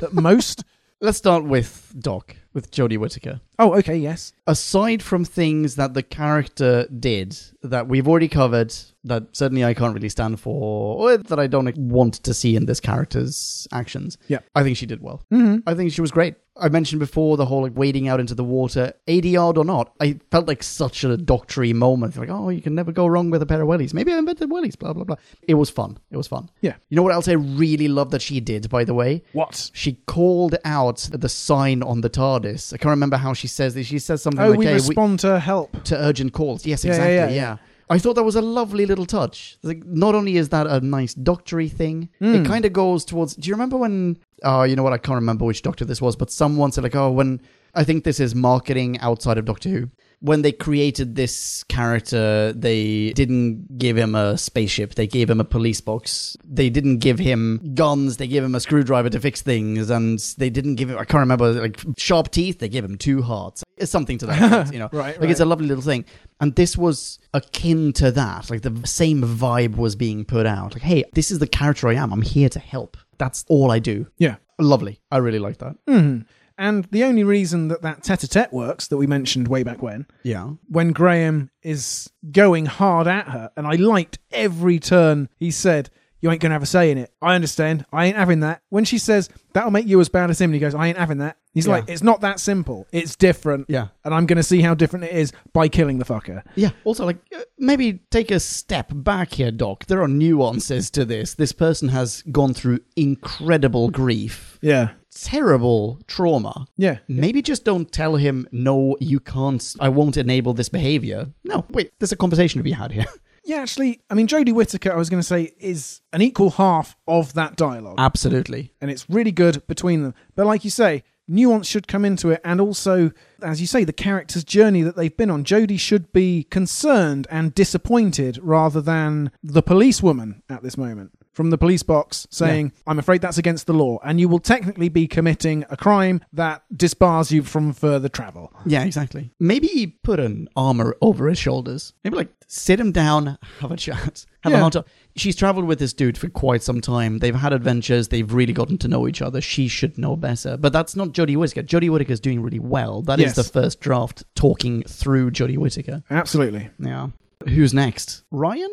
S2: at <laughs> most.
S1: Let's start with Doc, with Jodie Whittaker.
S2: Oh, okay, yes.
S1: aside from things that the character did that we've already covered that certainly I can't really stand for or that I don't want to see in this character's actions.
S2: Yeah.
S1: I think she did well.
S2: Mm-hmm.
S1: I think she was great. I mentioned before the whole like wading out into the water, 80 yard or not. I felt like such a doctory moment. Like, oh, you can never go wrong with a pair of wellies. Maybe I invented wellies, blah, blah, blah. It was fun. It was fun.
S2: Yeah.
S1: You know what else I really love that she did, by the way?
S2: What?
S1: she called out the sign on the TARDIS. I can't remember how she says this. She says something
S2: Oh,
S1: like,
S2: we
S1: "Hey,
S2: respond to help.
S1: to urgent calls. Yes,
S2: Yeah, yeah,
S1: exactly. Yeah,
S2: yeah,
S1: I thought that was a lovely little touch. Like, not only is that a nice doctory thing,
S2: Hmm.
S1: it kind of goes towards. Do you remember when? Oh, you know what? I can't remember which doctor this was, but someone said like, "Oh, when I think this is marketing outside of Doctor Who." When they created this character, they didn't give him a spaceship. They gave him a police box. They didn't give him guns. They gave him a screwdriver to fix things, and they didn't give him. I can't remember like sharp teeth. They gave him two hearts. It's something to
S2: <laughs>
S1: that, effect, you know.
S2: Right,
S1: Like it's a lovely little thing. And this was akin to that. Like the same vibe was being put out. Like, hey, this is the character I am. I'm here to help. That's all I do.
S2: Yeah.
S1: Lovely. I really like
S2: <laughs>
S1: that.
S2: And the only reason that that tete a tete works that we mentioned way back when,
S1: Yeah.
S2: when Graham is going hard at her, and I liked every turn he said, You ain't going to have a say in it. I understand. I ain't having that. When she says, that'll make you as bad as him, and he goes, I ain't having that. He's
S1: Yeah.
S2: like, it's not that simple. It's different.
S1: Yeah.
S2: And I'm going to see how different it is by killing the fucker.
S1: Yeah. Also, like, uh, maybe take a step back here, Doc. There are nuances to this. This person has gone through incredible grief,
S2: Yeah. Mm-hmm.
S1: terrible trauma.
S2: Yeah.
S1: Maybe just don't tell him, no, you can't, I won't enable this behavior. No, wait, there's a conversation to be had here.
S2: Yeah, actually, I mean, Jodie Whittaker, I was going to say, is an equal half of that dialogue.
S1: Absolutely.
S2: and it's really good between them. But like you say, nuance should come into it, and also, as you say, the character's journey that they've been on. Jodie should be concerned and disappointed rather than the policewoman at this moment from the police box saying, "I'm afraid that's against the law, and you will technically be committing a crime that disbars you from further travel."
S1: Yeah, exactly. Maybe put an armor over his shoulders. Maybe like sit him down, have a chat, have a
S2: Yeah.
S1: hot tub. She's traveled with this dude for quite some time. They've had adventures. They've really gotten to know each other. She should know better. But that's not Jodie Whittaker. Jodie Whittaker's doing really well. That is
S2: Yes.
S1: the first draft talking through Jodie Whittaker.
S2: Absolutely.
S1: Yeah. Who's next? Ryan?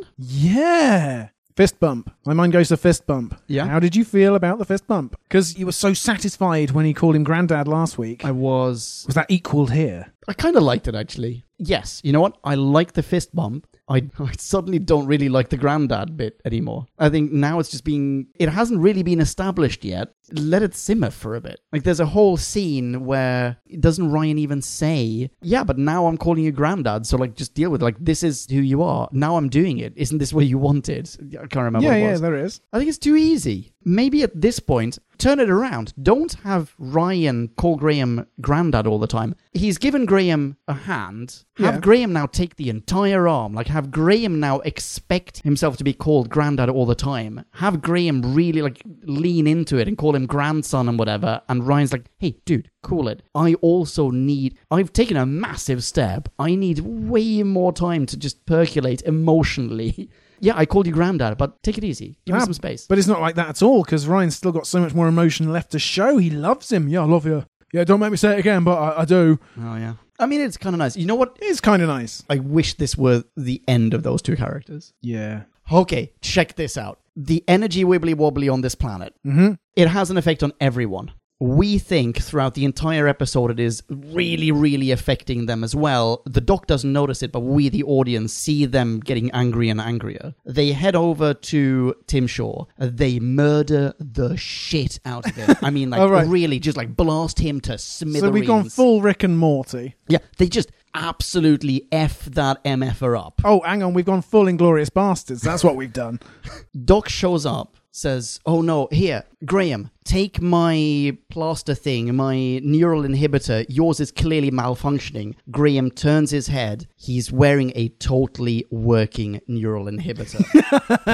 S2: Yeah. Fist bump. My mind goes to fist bump.
S1: Yeah.
S2: How did you feel about the fist bump? Because you were so satisfied when he called him granddad last week.
S1: I was.
S2: was that equaled here?
S1: I kind of liked it actually. Yes, you know what? I like the fist bump. I, <laughs> I suddenly don't really like the granddad bit anymore. I think now it's just being. It hasn't really been established yet. Let it simmer for a bit. Like there's a whole scene where doesn't Ryan even say, "Yeah, but now I'm calling you granddad," so like just deal with it. like this is who you are. Now I'm doing it. Isn't this what you wanted? I can't remember. what it
S2: yeah,
S1: was.
S2: yeah, there is.
S1: I think it's too easy. Maybe at this point, turn it around. Don't have Ryan call Graham granddad all the time. He's given Graham a hand. Have
S2: Yeah.
S1: Graham now take the entire arm. Like, have Graham now expect himself to be called granddad all the time. Have Graham really, like, lean into it and call him grandson and whatever. And Ryan's like, hey, dude, cool it. I also need, I've taken a massive step. I need way more time to just percolate emotionally. <laughs> Yeah, I called you granddad, but take it easy. Give me
S2: Ah,
S1: some space.
S2: But it's not like that at all because Ryan's still got so much more emotion left to show. He loves him. Yeah, I love you. Yeah, don't make me say it again, but I, I do.
S1: Oh yeah. I mean, it's kind of nice. You know what?
S2: It's kind of nice.
S1: I wish this were the end of those two characters.
S2: Yeah.
S1: Okay, check this out. The energy wibbly wobbly on this planet.
S2: Mm-hmm.
S1: It has an effect on everyone. We think throughout the entire episode it is really, really affecting them as well. The doc doesn't notice it, but we, the audience, see them getting angry and angrier. They head over to Tim Shaw. They murder the shit out of him. I mean, like,
S2: <laughs> All right.
S1: really, just like blast him to smithereens.
S2: So we've gone full Rick and Morty.
S1: Yeah, they just absolutely F that MFer up.
S2: Oh, hang on. We've gone full Inglorious Bastards. That's what we've done. <laughs>
S1: Doc shows up, says, Oh no, here, Graham, take my plaster thing, my neural inhibitor. Yours is clearly malfunctioning. Graham turns his head. He's wearing a totally working neural inhibitor.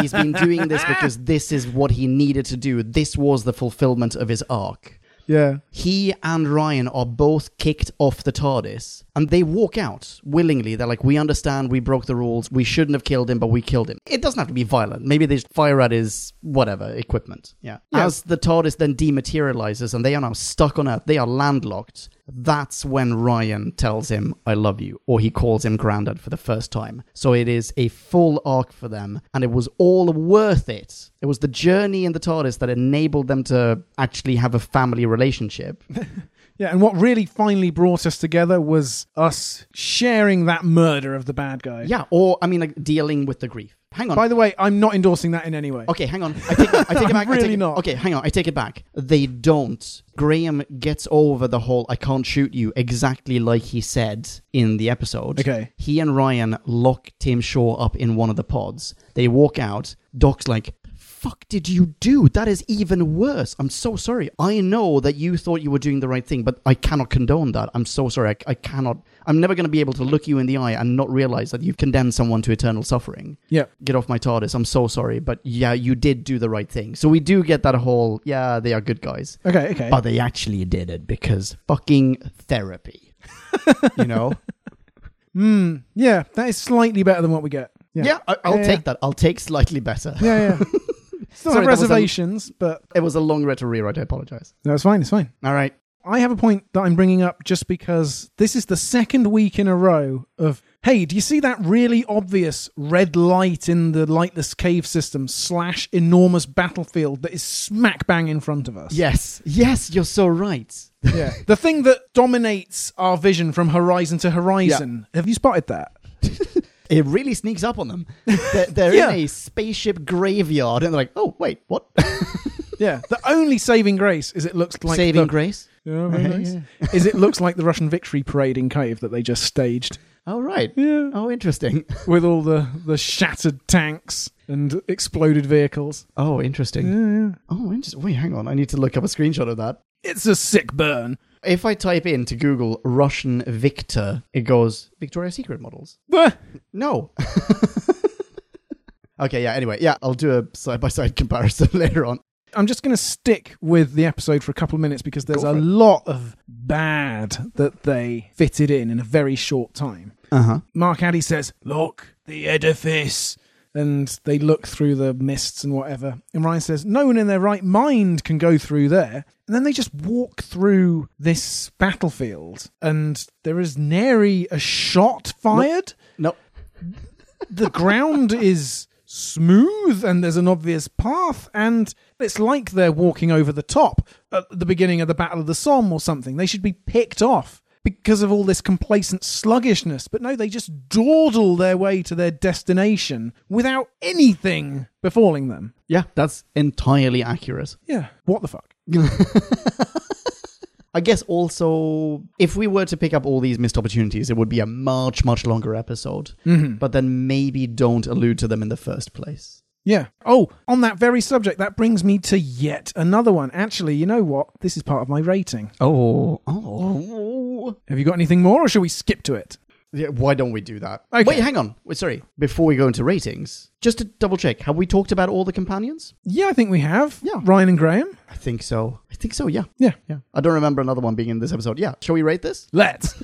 S1: He's been doing this because this is what he needed to do. This was the fulfillment of his arc.
S2: Yeah.
S1: he and Ryan are both kicked off the TARDIS and they walk out willingly. They're like, we understand, we broke the rules, we shouldn't have killed him, but we killed him. It doesn't have to be violent. Maybe they just fire at his whatever equipment. Yeah.
S2: Yeah.
S1: As the TARDIS then dematerializes and they are now stuck on Earth, they are landlocked. That's when Ryan tells him, I love you, or he calls him Grandad for the first time. So it is a full arc for them, and it was all worth it. It was the journey in the TARDIS that enabled them to actually have a family
S2: <laughs>
S1: relationship.
S2: Yeah. And what really finally brought us together was us sharing that murder of the bad guy.
S1: Yeah, or I mean, like dealing with the grief. Hang on.
S2: By the way, I'm not endorsing that in any way.
S1: Okay, hang on. I take, I take it
S2: <laughs> I'm
S1: back. I take
S2: really
S1: it-
S2: not.
S1: Okay, hang on. I take it back. They don't. Graham gets over the whole "I can't shoot you" exactly like he said in the episode.
S2: Okay.
S1: He and Ryan lock Tim Shaw up in one of the pods. They walk out. Doc's like, "Fuck, did you do? That is even worse. I'm so sorry. I know that you thought you were doing the right thing, but I cannot condone that. I'm so sorry. I, I cannot. I'm never going to be able to look you in the eye and not realize that you've condemned someone to eternal suffering."
S2: Yeah.
S1: get off my TARDIS. I'm so sorry, but yeah, you did do the right thing. So we do get that whole, yeah, they are good guys.
S2: Okay. Okay.
S1: But they actually did it because fucking therapy. <laughs> you know?
S2: Hmm. yeah. That is slightly better than what we get.
S1: Yeah, I, I'll
S2: Yeah,
S1: take
S2: yeah.
S1: that. I'll take slightly better. <laughs>
S2: Yeah, <laughs> yeah. Still
S1: Sorry,
S2: have
S1: that was a-
S2: reservations, but
S1: It was a long retro rewrite. I apologize.
S2: no, it's fine. It's fine.
S1: All right.
S2: I have a point that I'm bringing up just because this is the second week in a row of, hey, do you see that really obvious red light in the lightless cave system slash enormous battlefield that is smack bang in front of us?
S1: Yes, yes, you're so right.
S2: Yeah. the thing that dominates our vision from horizon to horizon. Have you spotted that?
S1: It really sneaks up on them. They're, <laughs> they're
S2: Yeah.
S1: in a spaceship graveyard, and they're like, "Oh, wait, what?"
S2: Yeah. The only saving grace is it looks like
S1: Saving
S2: the-
S1: grace.
S2: <laughs> Yeah, very nice. is it looks like the Russian victory parade in Cave that they just staged
S1: Oh right.
S2: Yeah.
S1: Oh, interesting.
S2: with all the, the shattered tanks and exploded vehicles.
S1: <laughs> Oh, interesting. Oh, interesting. Wait, hang on. I need to look up a screenshot of that.
S2: It's a sick burn.
S1: If I type in to Google Russian Victor, it goes Victoria's Secret models.
S2: Ah,
S1: No. <laughs> okay, yeah, anyway, yeah, I'll do a side by side <laughs> comparison later on.
S2: I'm just going to stick with the episode for a couple of minutes because there's
S1: Go
S2: a
S1: for it.
S2: lot of bad that they fitted in in a very short time.
S1: Uh huh.
S2: Mark Addy says, Look, the edifice. And they look through the mists and whatever. And Ryan says, No one in their right mind can go through there. And then they just walk through this battlefield, and there is nary a shot fired.
S1: No.
S2: the ground is smooth and there's an obvious path and it's like they're walking over the top at the beginning of the battle of the somme or something they should be picked off because of all this complacent sluggishness but no they just dawdle their way to their destination without anything befalling them
S1: Yeah, that's entirely accurate.
S2: yeah what the fuck
S1: I guess also, if we were to pick up all these missed opportunities, it would be a much, much longer episode. But then maybe don't allude to them in the first place.
S2: yeah oh on that very subject that brings me to yet another one actually you know what this is part of my rating
S1: Oh. Oh.
S2: have you got anything more or shall we skip to it
S1: Yeah, why don't we do that?
S2: Okay.
S1: Wait, hang on. Wait, sorry. Before we go into ratings, just to double check, have we talked about all the companions?
S2: yeah i think we have
S1: Yeah.
S2: ryan and graham
S1: I think so. I think so, yeah.
S2: yeah
S1: Yeah. I don't remember another one being in this episode. Yeah. Shall we rate this?
S2: <laughs> Let's.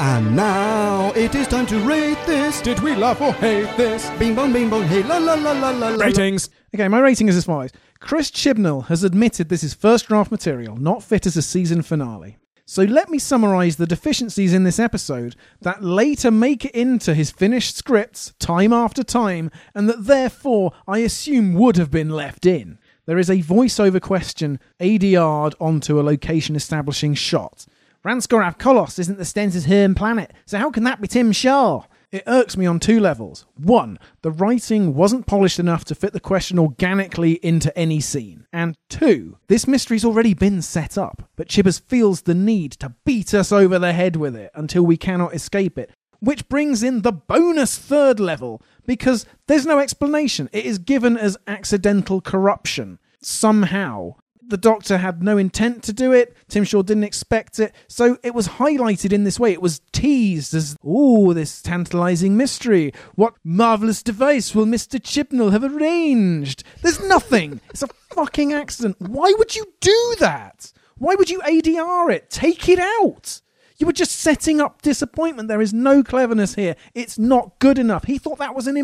S3: And now it is time to rate this. Did we love or hate this? Bing bong, bing bong, hey la la la la la. la. Ratings.
S2: Okay, my rating is as follows. Chris Chibnall has admitted this is first draft material, not fit as a season finale. So let me summarize the deficiencies in this episode that later make it into his finished scripts time after time, and that therefore I assume would have been left in. There is a voiceover question ADR'd onto a location establishing shot. Ranskorav Kolos isn't the Stenz's home planet, so how can that be Tim Shaw? It irks me on two levels. One, the writing wasn't polished enough to fit the question organically into any scene. And two, this mystery's already been set up, but Chibbers feels the need to beat us over the head with it until we cannot escape it. Which brings in the bonus third level, because there's no explanation. It is given as accidental corruption. Somehow, the doctor had no intent to do it. Tim Shaw didn't expect it. So it was highlighted in this way. It was teased as, oh, this tantalizing mystery. What marvelous device will Mr. Chibnall have arranged? There's nothing. it's a fucking accident. Why would you do that? Why would you ADR it? Take it out. You were just setting up disappointment. There is no cleverness here. It's not good enough. He thought that was an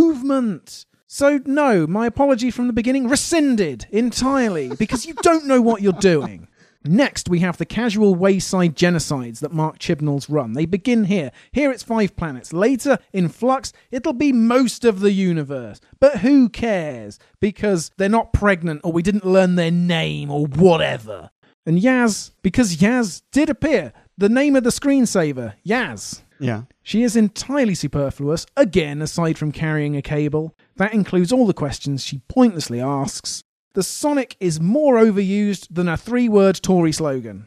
S2: improvement. So, no, my apology from the beginning rescinded entirely because you don't know what you're doing. Next, we have the casual wayside genocides that Mark Chibnall's run. They begin here. Here it's five planets. Later, in Flux, it'll be most of the universe. But who cares? Because they're not pregnant or we didn't learn their name or whatever. And Yaz, because Yaz did appear, the name of the screensaver, Yaz.
S1: Yeah.
S2: She is entirely superfluous, again, aside from carrying a cable. That includes all the questions she pointlessly asks. The Sonic is more overused than a three word Tory slogan.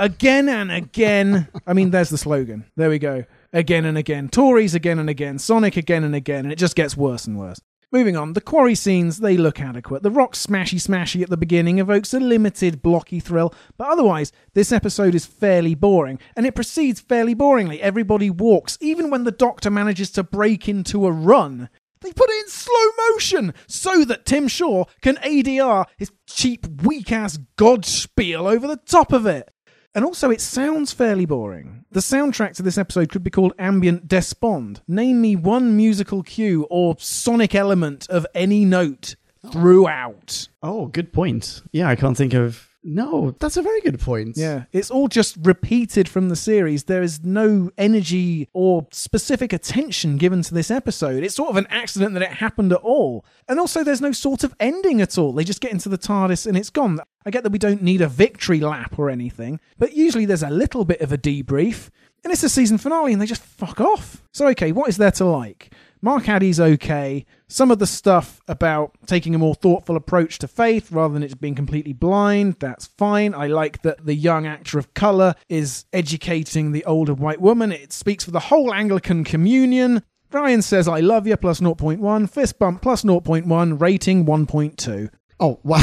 S2: Again and again. I mean, there's the slogan. There we go. Again and again. Tories again and again. Sonic again and again. And it just gets worse and worse. Moving on, the quarry scenes, they look adequate. The rock smashy smashy at the beginning evokes a limited blocky thrill, but otherwise, this episode is fairly boring, and it proceeds fairly boringly. Everybody walks, even when the doctor manages to break into a run. They put it in slow motion so that Tim Shaw can ADR his cheap, weak ass God spiel over the top of it. And also, it sounds fairly boring. The soundtrack to this episode could be called Ambient Despond. Name me one musical cue or sonic element of any note throughout.
S1: Oh, good point. Yeah, I can't think of No, that's a very good point.
S2: Yeah, it's all just repeated from the series. There is no energy or specific attention given to this episode. It's sort of an accident that it happened at all. And also, there's no sort of ending at all. They just get into the TARDIS and it's gone. I get that we don't need a victory lap or anything, but usually there's a little bit of a debrief. And it's a season finale and they just fuck off. So, okay, what is there to like? Mark Addy's okay. Some of the stuff about taking a more thoughtful approach to faith rather than it being completely blind, that's fine. I like that the young actor of colour is educating the older white woman. It speaks for the whole Anglican communion. Ryan says, I love you, plus 0.1, fist bump, plus 0.1, rating 1.2.
S1: Oh, wow. <laughs>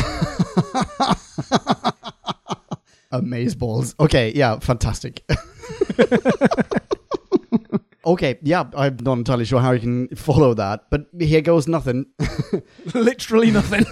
S1: Amazeballs. Okay, yeah, fantastic. <laughs> okay, yeah, I'm not entirely sure how you can follow that, but here goes nothing.
S2: <laughs> Literally nothing.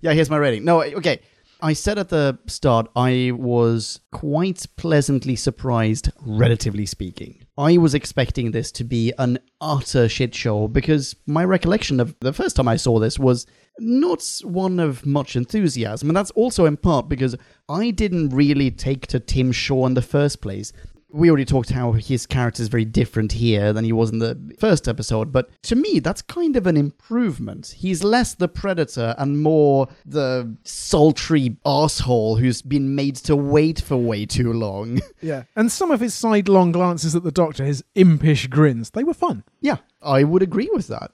S1: yeah, here's my rating. No, okay. I said at the start, I was quite pleasantly surprised, relatively speaking. I was expecting this to be an utter shit show because my recollection of the first time I saw this was not one of much enthusiasm. And that's also in part because I didn't really take to Tim Shaw in the first place we already talked how his character is very different here than he was in the first episode, but to me, that's kind of an improvement. He's less the predator and more the sultry asshole who's been made to wait for way too long. <laughs>
S2: yeah. And some of his sidelong glances at the doctor, his impish grins, they were fun.
S1: yeah, I would agree with that.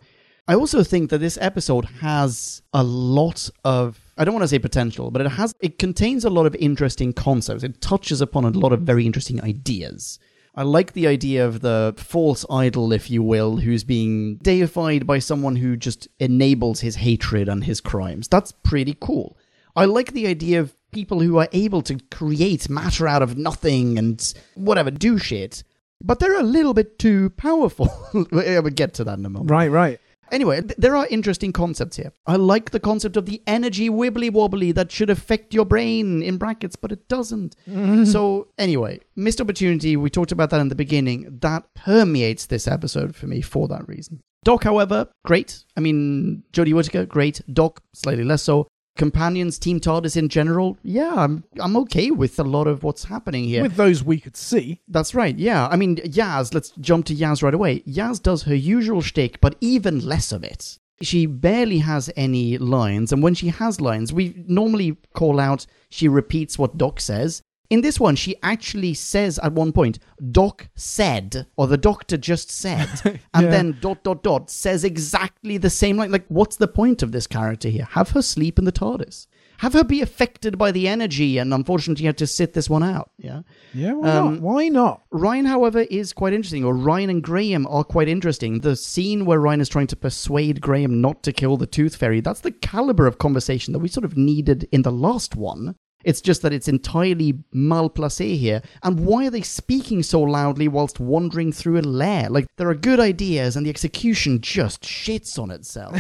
S1: I also think that this episode has a lot of I don't want to say potential, but it has it contains a lot of interesting concepts. It touches upon a lot of very interesting ideas. I like the idea of the false idol, if you will, who's being deified by someone who just enables his hatred and his crimes. That's pretty cool. I like the idea of people who are able to create matter out of nothing and whatever, do shit. But they're a little bit too powerful. <laughs> we'll get to that in a moment.
S2: Right, right.
S1: Anyway, th- there are interesting concepts here. I like the concept of the energy wibbly wobbly that should affect your brain, in brackets, but it doesn't.
S2: Mm-hmm.
S1: So, anyway, missed opportunity. We talked about that in the beginning. That permeates this episode for me for that reason. Doc, however, great. I mean, Jodie Whittaker, great. Doc, slightly less so. Companions, Team TARDIS in general, yeah, I'm, I'm okay with a lot of what's happening here.
S2: With those we could see.
S1: That's right. Yeah. I mean, Yaz, let's jump to Yaz right away. Yaz does her usual shtick, but even less of it. She barely has any lines, and when she has lines, we normally call out she repeats what Doc says. In this one, she actually says at one point, Doc said, or the doctor just said, and
S2: Yeah.
S1: then dot dot dot says exactly the same line. Like, what's the point of this character here? Have her sleep in the TARDIS. Have her be affected by the energy, and unfortunately, you have to sit this one out. Yeah.
S2: Yeah, why
S1: Um,
S2: not? Why not?
S1: Ryan, however, is quite interesting, or Ryan and Graham are quite interesting. The scene where Ryan is trying to persuade Graham not to kill the Tooth Fairy, that's the caliber of conversation that we sort of needed in the last one. It's just that it's entirely malplacé here. And why are they speaking so loudly whilst wandering through a lair? Like, there are good ideas, and the execution just shits on itself.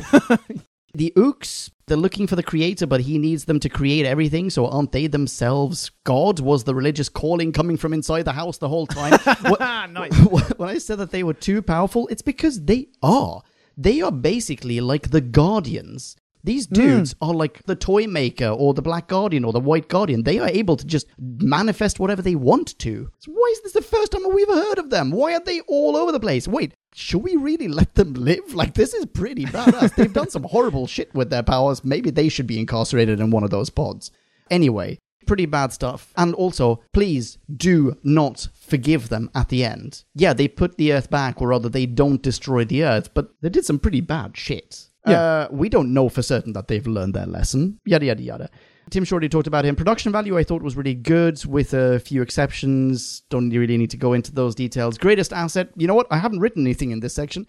S1: the Ooks, they're looking for the creator, but he needs them to create everything, so aren't they themselves God? Was the religious calling coming from inside the house the whole time? What- when I said that they were too powerful, it's because they are. They are basically like the Guardians. These dudes are like the Toy Maker or the Black Guardian or the White Guardian. They are able to just manifest whatever they want to. So why is this the first time we've heard of them? Why are they all over the place? Wait, should we really let them live? Like, this is pretty badass. They've done some horrible shit with their powers. Maybe they should be incarcerated in one of those pods. Anyway, pretty bad stuff. And also, please do not forgive them at the end. Yeah, they put the Earth back, or rather, they don't destroy the Earth, but they did some pretty bad shit. Uh, we don't know for certain that they've learned their lesson. Yada, yada, yada. Tim Shorty talked about him. Production value I thought was really good, with a few exceptions. Don't really need to go into those details. Greatest asset. You know what? I haven't written anything in this section.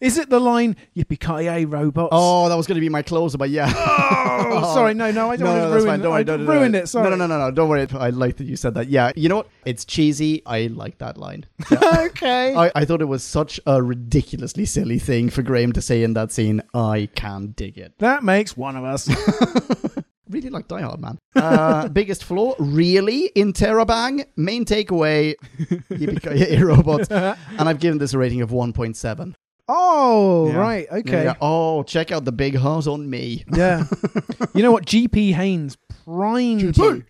S2: Is it the line, yippee ki yay, robots?
S1: Oh, that was going to be my closer, but <laughs> yeah. <laughs>
S2: Oh, sorry, no, no, I don't want to
S1: that's
S2: ruin
S1: fine.
S2: it.
S1: Don't worry,
S2: I
S1: no, no, no.
S2: ruined it, sorry.
S1: No, no, no, no, no. Don't worry. I like that you said that. Yeah, you know what? It's cheesy. I like that
S2: <laughs>
S1: line.
S5: Oh,
S2: okay.
S1: I, I thought it was such a ridiculously silly thing for Graham to say in that scene. I can dig it. <laughs>
S2: that makes one of us.
S1: Really like Die Hard, man.
S2: <laughs>
S1: Uh, biggest flaw, really, in Terabang.
S2: <laughs>
S1: Main takeaway, yippee robots. And I've given this a rating of 1.7.
S2: Oh,
S1: Yeah.
S2: right. Okay.
S1: Yeah, oh, check out the big heart on me.
S2: Yeah. you know what? GP Haynes primed you.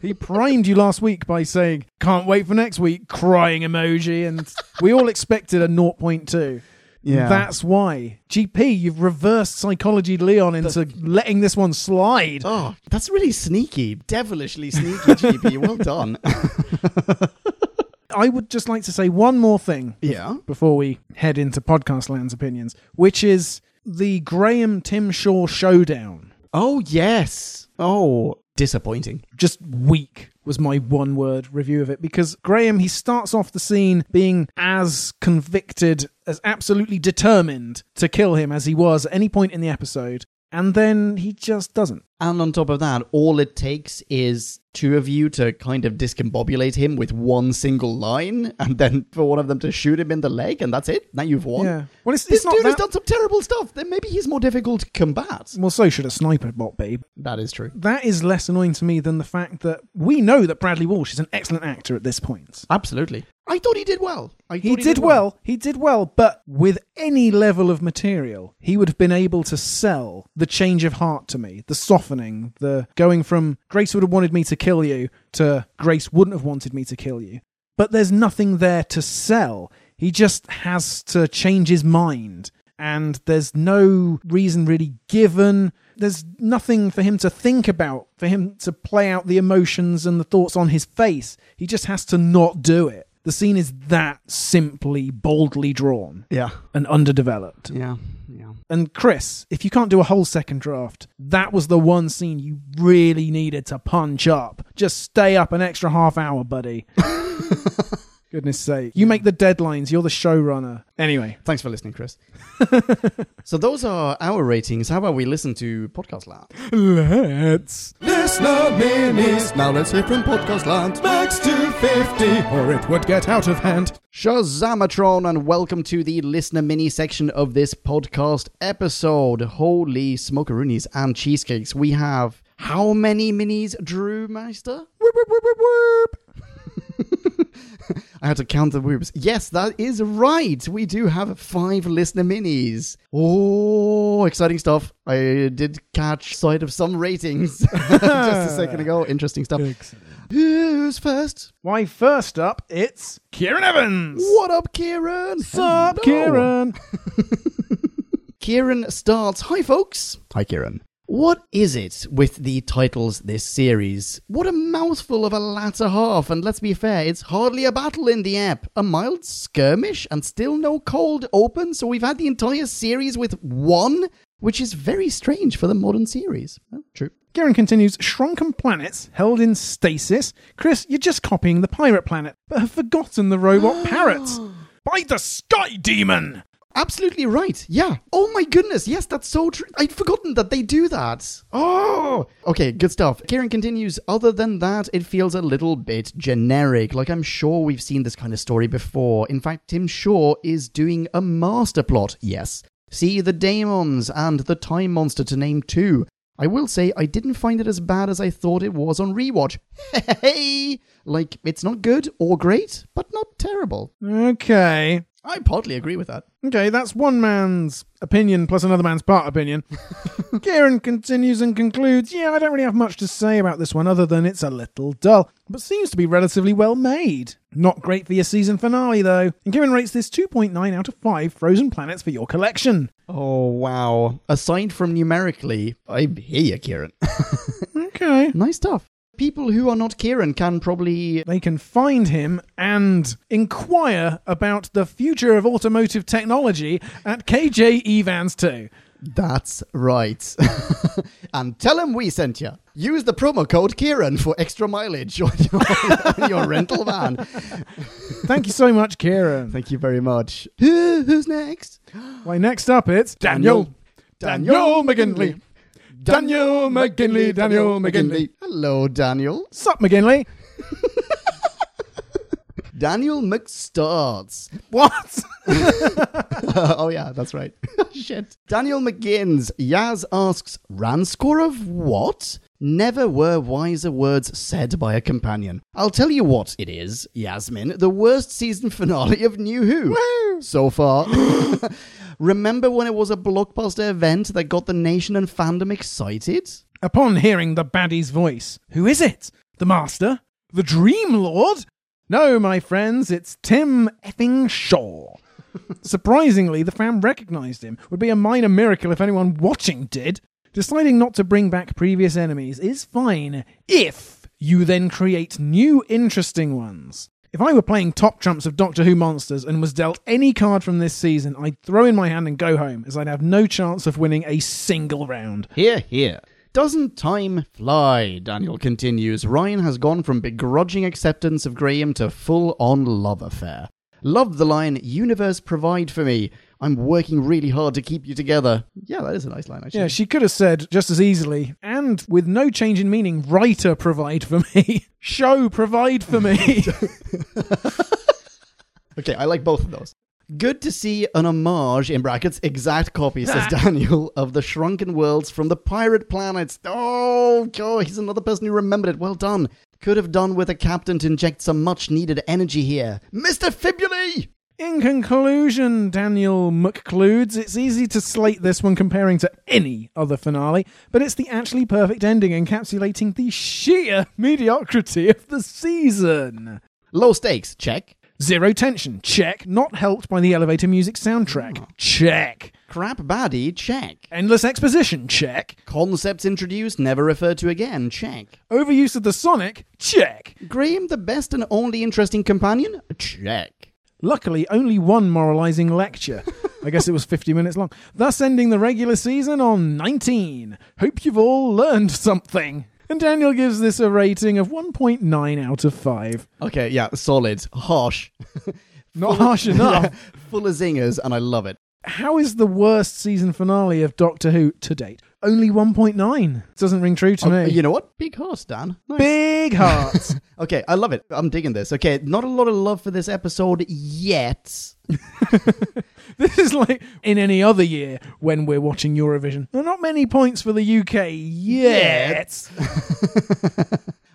S2: he primed you last week by saying, can't wait for next week, crying emoji. And we all expected a 0.2.
S1: Yeah.
S2: That's why. GP, you've reversed psychology Leon into letting this one slide.
S1: Oh, that's really sneaky, devilishly sneaky, <laughs> GB. Well done.
S2: I would just like to say one more thing
S1: yeah.
S2: before we head into podcast land's opinions, which is the Graham Tim Shaw showdown.
S1: Oh yes. Oh, disappointing.
S2: just weak was my one word review of it because Graham he starts off the scene being as convicted as absolutely determined to kill him as he was at any point in the episode and then he just doesn't
S1: And on top of that, all it takes is two of you to kind of discombobulate him with one single line, and then for one of them to shoot him in the leg, and that's it. Now you've won.
S2: yeah well it's,
S1: This
S2: it's not
S1: dude has
S2: that
S1: done some terrible stuff. Then maybe he's more difficult to combat.
S2: well so should a sniper bot be
S1: That is true.
S2: that is less annoying to me than the fact that we know that Bradley Walsh is an excellent actor at this point
S1: Absolutely. I thought he did well. I
S2: he
S1: thought
S2: did, well. He did well, but with any level of material, he would have been able to sell the change of heart to me, the softening, the going from Grace would have wanted me to kill you to Grace wouldn't have wanted me to kill you. But there's nothing there to sell. He just has to change his mind, and there's no reason really given. There's nothing for him to think about, for him to play out the emotions and the thoughts on his face. He just has to not do it. The scene is that simply boldly drawn
S1: Yeah.
S2: and underdeveloped.
S1: Yeah. Yeah.
S2: And Chris, if you can't do a whole second draft, that was the one scene you really needed to punch up. Just stay up an extra half hour, buddy. Goodness sake. You make the deadlines, you're the showrunner. Anyway,
S1: Thanks for listening, Chris. <laughs> so those are our ratings. How about we listen to Podcast Lab?
S2: let's.
S3: Listener minis. Now let's hear from Podcast Land. Max 250, or it would get out of hand.
S1: Shazamatron, and welcome to the listener mini section of this podcast episode. Holy smokeroonies and cheesecakes. We have how many minis, Drew Meister? Whoop, whoop, whoop, whoop, whoop. <laughs> I had to count the whoops. Yes, that is right. We do have five listener minis. Oh, exciting stuff. I did catch sight of some ratings <laughs> just a second ago. Interesting <laughs> stuff. Who's first?
S2: Why, first up, it's Kieran Evans.
S1: What up, Kieran? What's
S2: up, Kieran?
S1: Kieran starts. Hi, folks. Hi, Kieran. What is it with the titles this series? What a mouthful of a latter half, and let's be fair, it's hardly a battle in the app. A mild skirmish and still no cold open, so we've had the entire series with one, which is very strange for the modern series. Oh, true.
S2: Kieran continues Shrunken planets held in stasis. Chris, you're just copying the pirate planet, but have forgotten the robot parrots. By the sky demon!
S1: Absolutely right. Yeah. Oh my goodness. Yes, that's so true. I'd forgotten that they do that. Oh. Okay, good stuff. Kieran continues. Other than that, it feels a little bit generic. Like, I'm sure we've seen this kind of story before. In fact, Tim Shaw is doing a master plot. Yes. See the Daemons and the Time Monster to name two. I will say I didn't find it as bad as I thought it was on rewatch. <laughs> Hey! Like, it's not good or great, but not terrible.
S2: Okay.
S1: I partly agree with that.
S2: Okay, that's one man's opinion plus another man's part opinion. <laughs> Kieran continues and concludes Yeah, I don't really have much to say about this one other than it's a little dull, but seems to be relatively well made. Not great for your season finale, though. And Kieran rates this 2.9 out of 5 frozen planets for your collection.
S1: Oh, wow. Aside from numerically, I hear you, Kieran. <laughs>
S2: Okay.
S1: nice stuff. People who are not Kieran can probably.
S2: They can find him and inquire about the future of automotive technology at KJ Evans 2.
S1: That's right. <laughs> and tell him we sent you. Use the promo code Kieran for extra mileage on your, <laughs> on your rental van.
S2: Thank you so much, Kieran.
S1: Thank you very much. Who, who's next?
S2: Why, next up it's Daniel. Daniel McGinley. Daniel McGinley, Daniel McGinley.
S1: Hello, Daniel.
S2: Sup, McGinley?
S1: Daniel McStarts.
S2: What? <laughs>
S1: <laughs> oh yeah, that's right. Shit. Daniel McGinns. Yaz asks, "Ran score of what? Never were wiser words said by a companion. I'll tell you what it is, Yasmin, the worst season finale of New Who. So far. <laughs> Remember when it was a blockbuster event that got the nation and fandom excited?
S2: Upon hearing the baddie's voice, who is it? The Master? The Dream Lord? No, my friends, it's Tim effing Shaw. <laughs> Surprisingly, the fan recognized him. Would be a minor miracle if anyone watching did. Deciding not to bring back previous enemies is fine if you then create new interesting ones. If I were playing top trumps of Doctor Who monsters and was dealt any card from this season, I'd throw in my hand and go home, as I'd have no chance of winning a single round.
S1: Here, here. Doesn't time fly? Daniel continues. Ryan has gone from begrudging acceptance of Graham to full on love affair. Love the line, universe provide for me. I'm working really hard to keep you together. Yeah, that is a nice line, actually.
S2: Yeah, she could have said just as easily, and with no change in meaning, writer provide for me, <laughs> show provide for me.
S1: okay, I like both of those. Good to see an homage, in brackets, exact copy,
S2: <laughs>
S1: says Daniel, of the shrunken worlds from the pirate planets. Oh, God, he's another person who remembered it. Well done. Could have done with a captain to inject some much needed energy here. Mr. Fibuli!
S2: in conclusion, Daniel McCludes, it's easy to slate this one comparing to any other finale, but it's the actually perfect ending encapsulating the sheer mediocrity of the season.
S1: Low stakes, check.
S2: Zero tension, check. Not helped by the elevator music soundtrack, check.
S1: Crap baddie, check.
S2: Endless exposition, check.
S1: Concepts introduced, never referred to again, check.
S2: Overuse of the Sonic, check.
S1: Graham, the best and only interesting companion, check.
S2: Luckily, only one moralizing lecture. I guess it was 50 minutes long. Thus ending the regular season on 19. Hope you've all learned something. And Daniel gives this a rating of 1.9 out of 5.
S1: Okay, yeah, solid, harsh, <laughs>
S2: Not <laughs> harsh enough.
S1: full of zingers, and I love it.
S2: How is the worst season finale of Doctor Who to date? Only 1.9. Doesn't ring true to
S1: Oh,
S2: me.
S1: You know what? Big horse, Dan. Nice. <laughs>
S2: Big <laughs> hearts.
S1: Okay, I love it. I'm digging this. Okay, not a lot of love for this episode yet.
S2: this is like in any other year when we're watching Eurovision. There are not many points for the UK yet.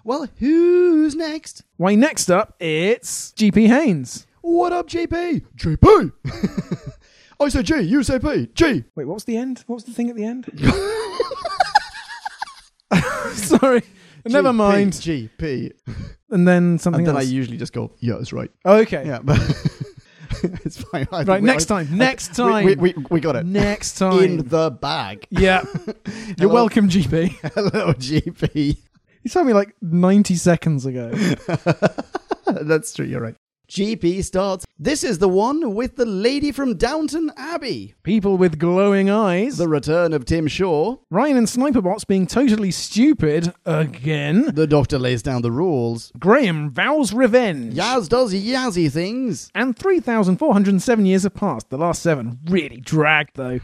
S1: Well, who's next?
S2: Why, next up, it's GP Haynes.
S1: What up, JP? <laughs> JP! I say Oh, G, you say P. G! <laughs>
S2: Wait, what was the end? What was the thing at the end? <laughs> Sorry. <laughs> Never
S1: G,
S2: mind.
S1: P,
S2: <laughs>
S1: GP.
S2: And then something
S1: And then I
S2: else. Oh,
S1: usually just go, yeah, that's right.
S2: okay.
S1: Yeah, but <laughs> it's fine. I think
S2: Right,
S1: we-
S2: next
S1: I-
S2: time, next
S1: I- we-
S2: time.
S1: We, we, we got it.
S2: Next <laughs> time.
S1: In the bag.
S2: yeah. <laughs> You're
S1: Hello.
S2: welcome, GP.
S1: <laughs> Hello, GP.
S2: You told me like 90 seconds ago.
S1: <laughs> That's true, you're right. GP starts. This is the one with the lady from Downton Abbey.
S2: People with glowing eyes.
S1: The return of Tim Shaw.
S2: Ryan and Sniperbots being totally stupid again.
S1: The doctor lays down the rules.
S2: Graham vows revenge.
S1: Yaz does Yazzy things. <laughs>
S2: And 3,407 years have passed. The last seven really dragged, though.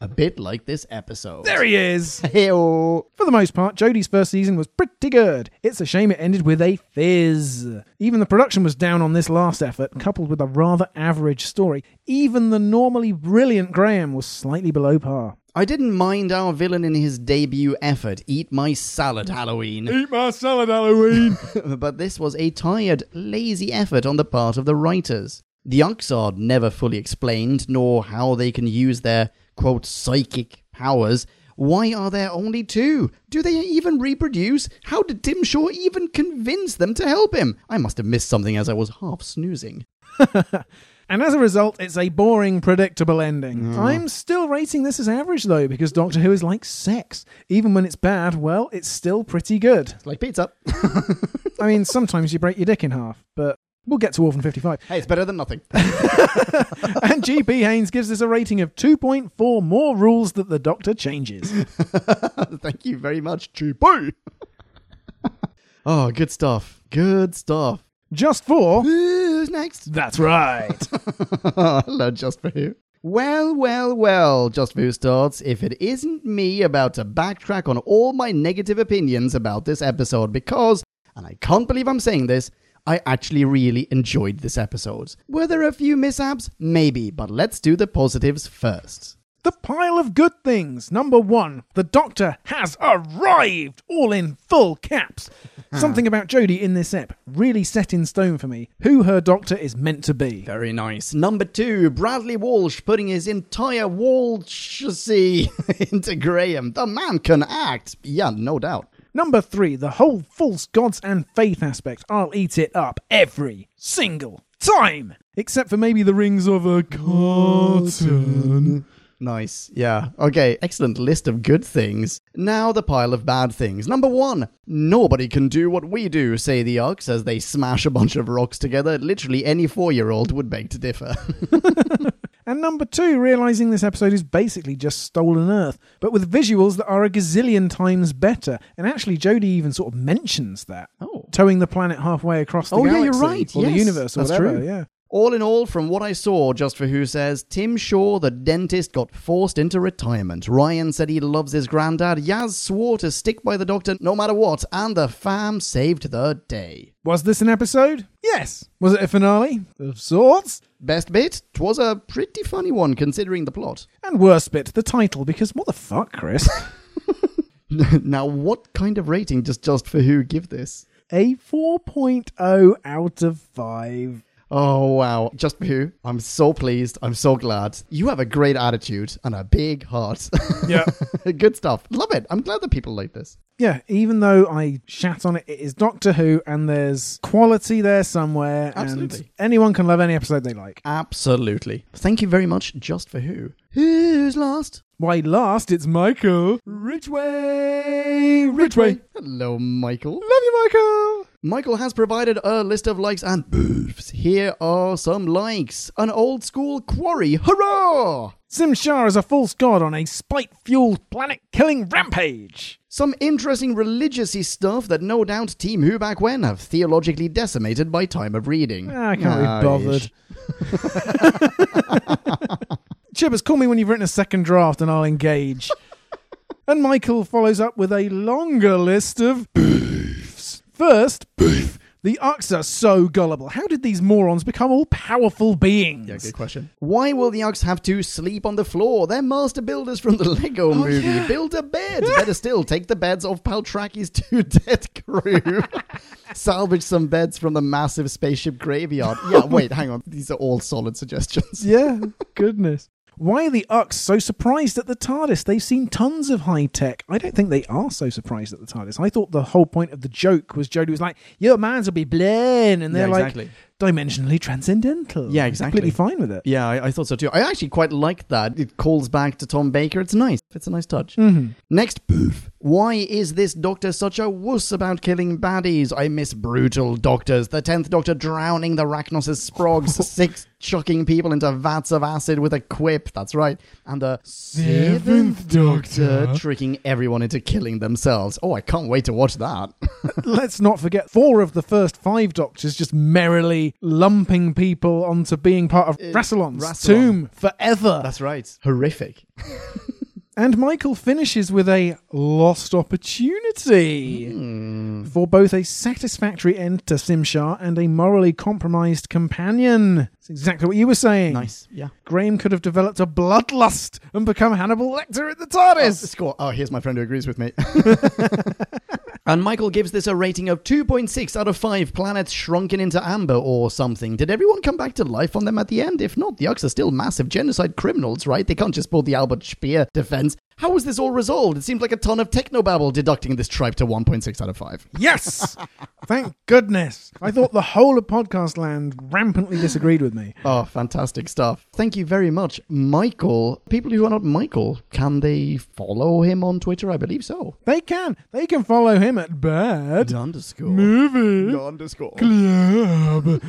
S1: A bit like this episode.
S2: There he is.
S1: Heyo.
S2: For the most part, Jodie's first season was pretty good. It's a shame it ended with a fizz. Even the production was down on this last effort, coupled with a rather average story. Even the normally brilliant Graham was slightly below par.
S1: I didn't mind our villain in his debut effort. Eat my salad, Halloween. <laughs>
S2: Eat my salad, Halloween!
S1: but this was a tired, lazy effort on the part of the writers. The Uxard never fully explained, nor how they can use their, quote, psychic powers. Why are there only two? Do they even reproduce? How did Tim Shaw even convince them to help him? I must have missed something as I was half snoozing.
S2: and as a result, it's a boring, predictable ending. I'm still rating this as average, though, because Doctor Who is like sex. Even when it's bad, well, it's still pretty good.
S1: It's like pizza. <laughs>
S2: I mean, sometimes you break your dick in half, but we'll get to Orphan 55.
S1: Hey, it's better than nothing.
S2: and GB Haynes gives this a rating of 2.4 more rules that the doctor changes.
S1: <laughs> Thank you very much, Chupu. oh, good stuff. Good stuff. Oh,
S2: Just for.
S1: Who's next? <laughs>
S2: That's right.
S1: Hello, Just For Who. Well, well, well, Just For Who starts. If it isn't me about to backtrack on all my negative opinions about this episode, because, and I can't believe I'm saying this, I actually really enjoyed this episode. Were there a few mishaps? Maybe, but let's do the positives first.
S2: <laughs> The pile of good things. Number one, the Doctor has arrived, all in full caps. Something about Jodie in this ep really set in stone for me who her Doctor is meant to be.
S1: Very nice. Number two, Bradley Walsh putting his entire Walshy <laughs> into Graham. The man can act. Yeah, no doubt.
S2: Number three, the whole false gods and faith aspect. I'll eat it up every single time, except for maybe the rings of a cotton.
S1: Nice. Yeah. Okay. Excellent list of good things. Now the pile of bad things. Number one, nobody can do what we do, say the Ox, as they smash a bunch of rocks together. Literally any four year old would beg to differ. <laughs>
S2: And number two, realizing this episode is basically just stolen Earth, but with visuals that are a gazillion times better. And actually, Jodie even sort of mentions that
S1: oh.
S2: towing the planet halfway across the
S1: Oh, yeah,
S2: galaxy
S1: you're right,
S2: or the
S1: yes,
S2: universe, or
S1: that's
S2: whatever.
S1: true.
S2: Yeah.
S1: All in all, from what I saw, just for who says, Tim Shaw, the dentist, got forced into retirement. Ryan said he loves his granddad. Yaz swore to stick by the doctor no matter what, and the fam saved the day.
S2: Was this an episode? Yes. Was it a finale of sorts?
S1: Best bit? 'Twas a pretty funny one considering the plot. <laughs>
S2: And worst bit, the title, because what the fuck, Chris? <laughs>
S1: now, what kind of rating does Just for Who give this?
S2: a 4.0 out of 5.
S1: Oh, wow. Just for Who, I'm so pleased. I'm so glad. You have a great attitude and a big heart.
S2: Yeah.
S1: <laughs> Good stuff. Love it. I'm glad that people like this.
S2: Yeah, even though I shat on it, it is Doctor Who, and there's quality there somewhere. And
S1: Absolutely.
S2: anyone can love any episode they like.
S1: Absolutely. Thank you very much, Just for Who. Who's last?
S2: Why, last, it's Michael Ridgway. Ridgway. Love
S1: Hello, Michael.
S2: you,
S1: Michael has provided a list of likes and boofs. Here are some likes. An old school quarry. Hurrah!
S2: Michael. Simshar is a false god on a spite fueled planet killing rampage.
S1: Some interesting religious stuff that no doubt Team Who back when have theologically decimated by time of reading.
S2: Ah, I can't
S1: Ah,
S2: be bothered.
S1: ish.
S2: Chibbers, call me when you've written a second draft and
S1: <laughs>
S2: I'll engage. and Michael follows up with a longer list of beefs. First, beef. The Ucks are so gullible. How did these morons become all powerful beings?
S1: Yeah, good question. Why will the Ux have to sleep on the floor? They're master builders from the
S2: Oh,
S1: Lego movie. Build a
S2: <laughs>
S1: bed. Better still, take the beds of Paltraki's <laughs> two dead
S2: <laughs>
S1: crew. Salvage some beds from the massive spaceship graveyard.
S2: <laughs>
S1: Yeah, wait, hang on. These are all solid suggestions.
S2: Yeah, goodness. Why are the Ucks so surprised at the TARDIS? They've seen tons of high tech. I don't think they are so surprised at the TARDIS. I thought the whole point of the joke was Jodie was like, your minds will be blown. And they're
S1: Yeah,
S2: like,
S1: exactly.
S2: dimensionally transcendental.
S1: Yeah, exactly.
S2: Completely fine with it.
S1: <laughs> Yeah, I, I thought so too. I actually quite like that. It calls back to Tom Baker. It's nice. It's a nice touch.
S2: Mm-hmm.
S1: Next, poof. Why is this doctor such a wuss about killing baddies? I miss brutal doctors. The tenth doctor drowning the Rachnos' <laughs> sprogs. Six chucking people into vats of acid with a quip. That's right. And the seventh doctor tricking everyone into killing themselves. Oh, I can't wait to watch that.
S2: Let's not forget four of the first five doctors just merrily lumping people onto being part of Rassilon's
S1: Uh, Rassilon.
S2: tomb forever.
S1: That's right. Horrific.
S2: And Michael finishes with a lost opportunity
S1: Hmm.
S2: for both a satisfactory end to Simshar and a morally compromised companion. That's exactly what you were saying.
S1: Nice. Yeah.
S2: Graham could have developed a bloodlust and become Hannibal Lecter at the TARDIS.
S1: Oh, score. Oh, here's my friend who agrees with me. and Michael gives this a rating of 2.6 out of 5 planets shrunken into amber or something. Did everyone come back to life on them at the end? If not, the Ux are still massive genocide criminals, right? They can't just pull the Albert Speer defense. How was this all resolved? It seemed like a ton of technobabble deducting this tribe to 1.6 out of 5.
S2: Yes! Thank goodness. I thought the whole of podcast land rampantly disagreed with me.
S1: Oh, fantastic stuff. Thank you very much, Michael. People who are not Michael, can they follow him on Twitter? I believe so.
S2: They can. They can follow him at Bad
S1: Underscore.
S2: Movie
S1: Underscore.
S2: Club.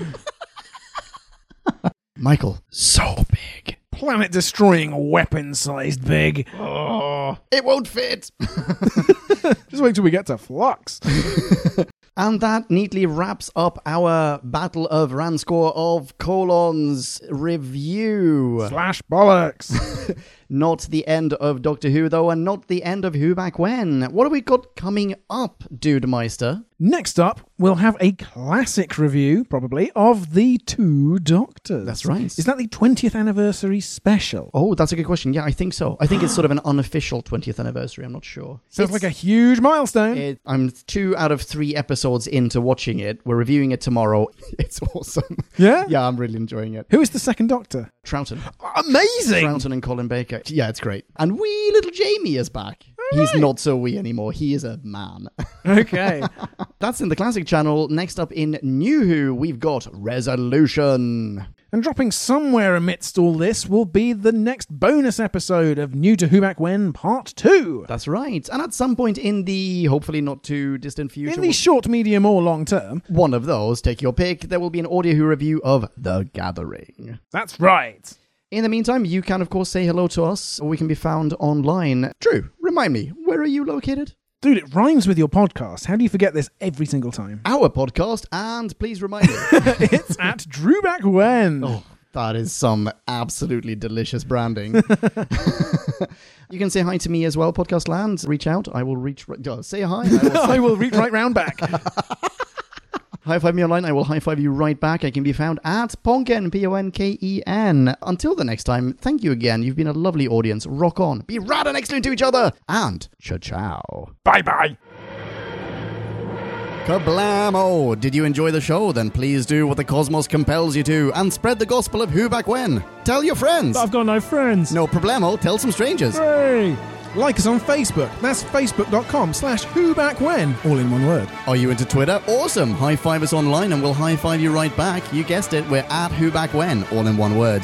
S1: Michael, so big.
S2: Planet destroying weapon sized big.
S1: Oh, it won't fit.
S2: Just wait till we get to Flux.
S1: <laughs> and that neatly wraps up our Battle of Ranscore of Colons review. <laughs>
S2: Slash bollocks.
S1: Not the end of Doctor Who, though, and not the end of Who Back When. What have we got coming up, Dude Meister?
S2: Next up, we'll have a classic review, probably, of The Two Doctors.
S1: That's right.
S2: Is that the 20th anniversary special?
S1: Oh, that's a good question. Yeah, I think so. I think it's sort of an unofficial 20th anniversary. I'm not sure.
S2: Sounds like a huge milestone.
S1: It, I'm two out of three episodes into watching it. We're reviewing it tomorrow. <laughs> It's awesome.
S2: Yeah?
S1: Yeah, I'm really enjoying it.
S2: Who is the second doctor?
S1: Troughton.
S2: Amazing!
S1: Troughton and Colin Baker. Yeah, it's great. And wee little Jamie is back. He's not so wee anymore. He is a man. <laughs>
S2: <laughs> Okay.
S1: That's in the classic channel. Next up in New Who, we've got Resolution.
S2: and dropping somewhere amidst all this will be the next bonus episode of New to Who Back When Part 2.
S1: That's right. And at some point in the hopefully not too distant future,
S2: In the short, medium, or long term.
S1: one of those, take your pick, there will be an audio Who review of The Gathering.
S2: That's right.
S1: In the meantime, you can, of course, say hello to us. We can be found online. Drew, remind me, where are you located?
S2: Dude, it rhymes with your podcast. How do you forget this every single time?
S1: Our podcast, and please remind
S2: <laughs>
S1: me.
S2: It's at Drew Back When. <laughs>
S1: oh, that is some absolutely delicious branding. <laughs> you can say hi to me as well, Podcast Land. Reach out. I will reach. oh, say hi. I will <laughs> say-
S2: I will reach right round back.
S1: high five me online. I will high five you right back. I can be found at Ponken, P O N K E N. Until the next time, thank you again. You've been a lovely audience. Rock on. Be rad and excellent to each other. And ciao ciao.
S2: bye bye.
S1: Kablamo! Did you enjoy the show? Then please do what the cosmos compels you to and spread the gospel of who back when. Tell your friends!
S6: But I've got no friends.
S1: No problemo, tell some strangers.
S6: Hey.
S2: Like us on Facebook. That's facebook.com slash who back when. All in one word.
S1: Are you into Twitter? Awesome! High five us online and we'll high five you right back. You guessed it, we're at who back when, all in one word.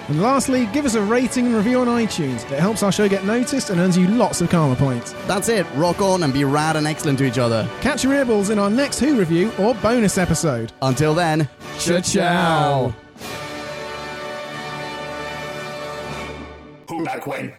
S2: And lastly, give us a rating and review on iTunes. It helps our show get noticed and earns you lots of karma points.
S1: That's it. Rock on and be rad and excellent to each other.
S2: Catch your earballs in our next Who review or bonus episode.
S1: Until then,
S2: Cha-chao.
S3: Who back when?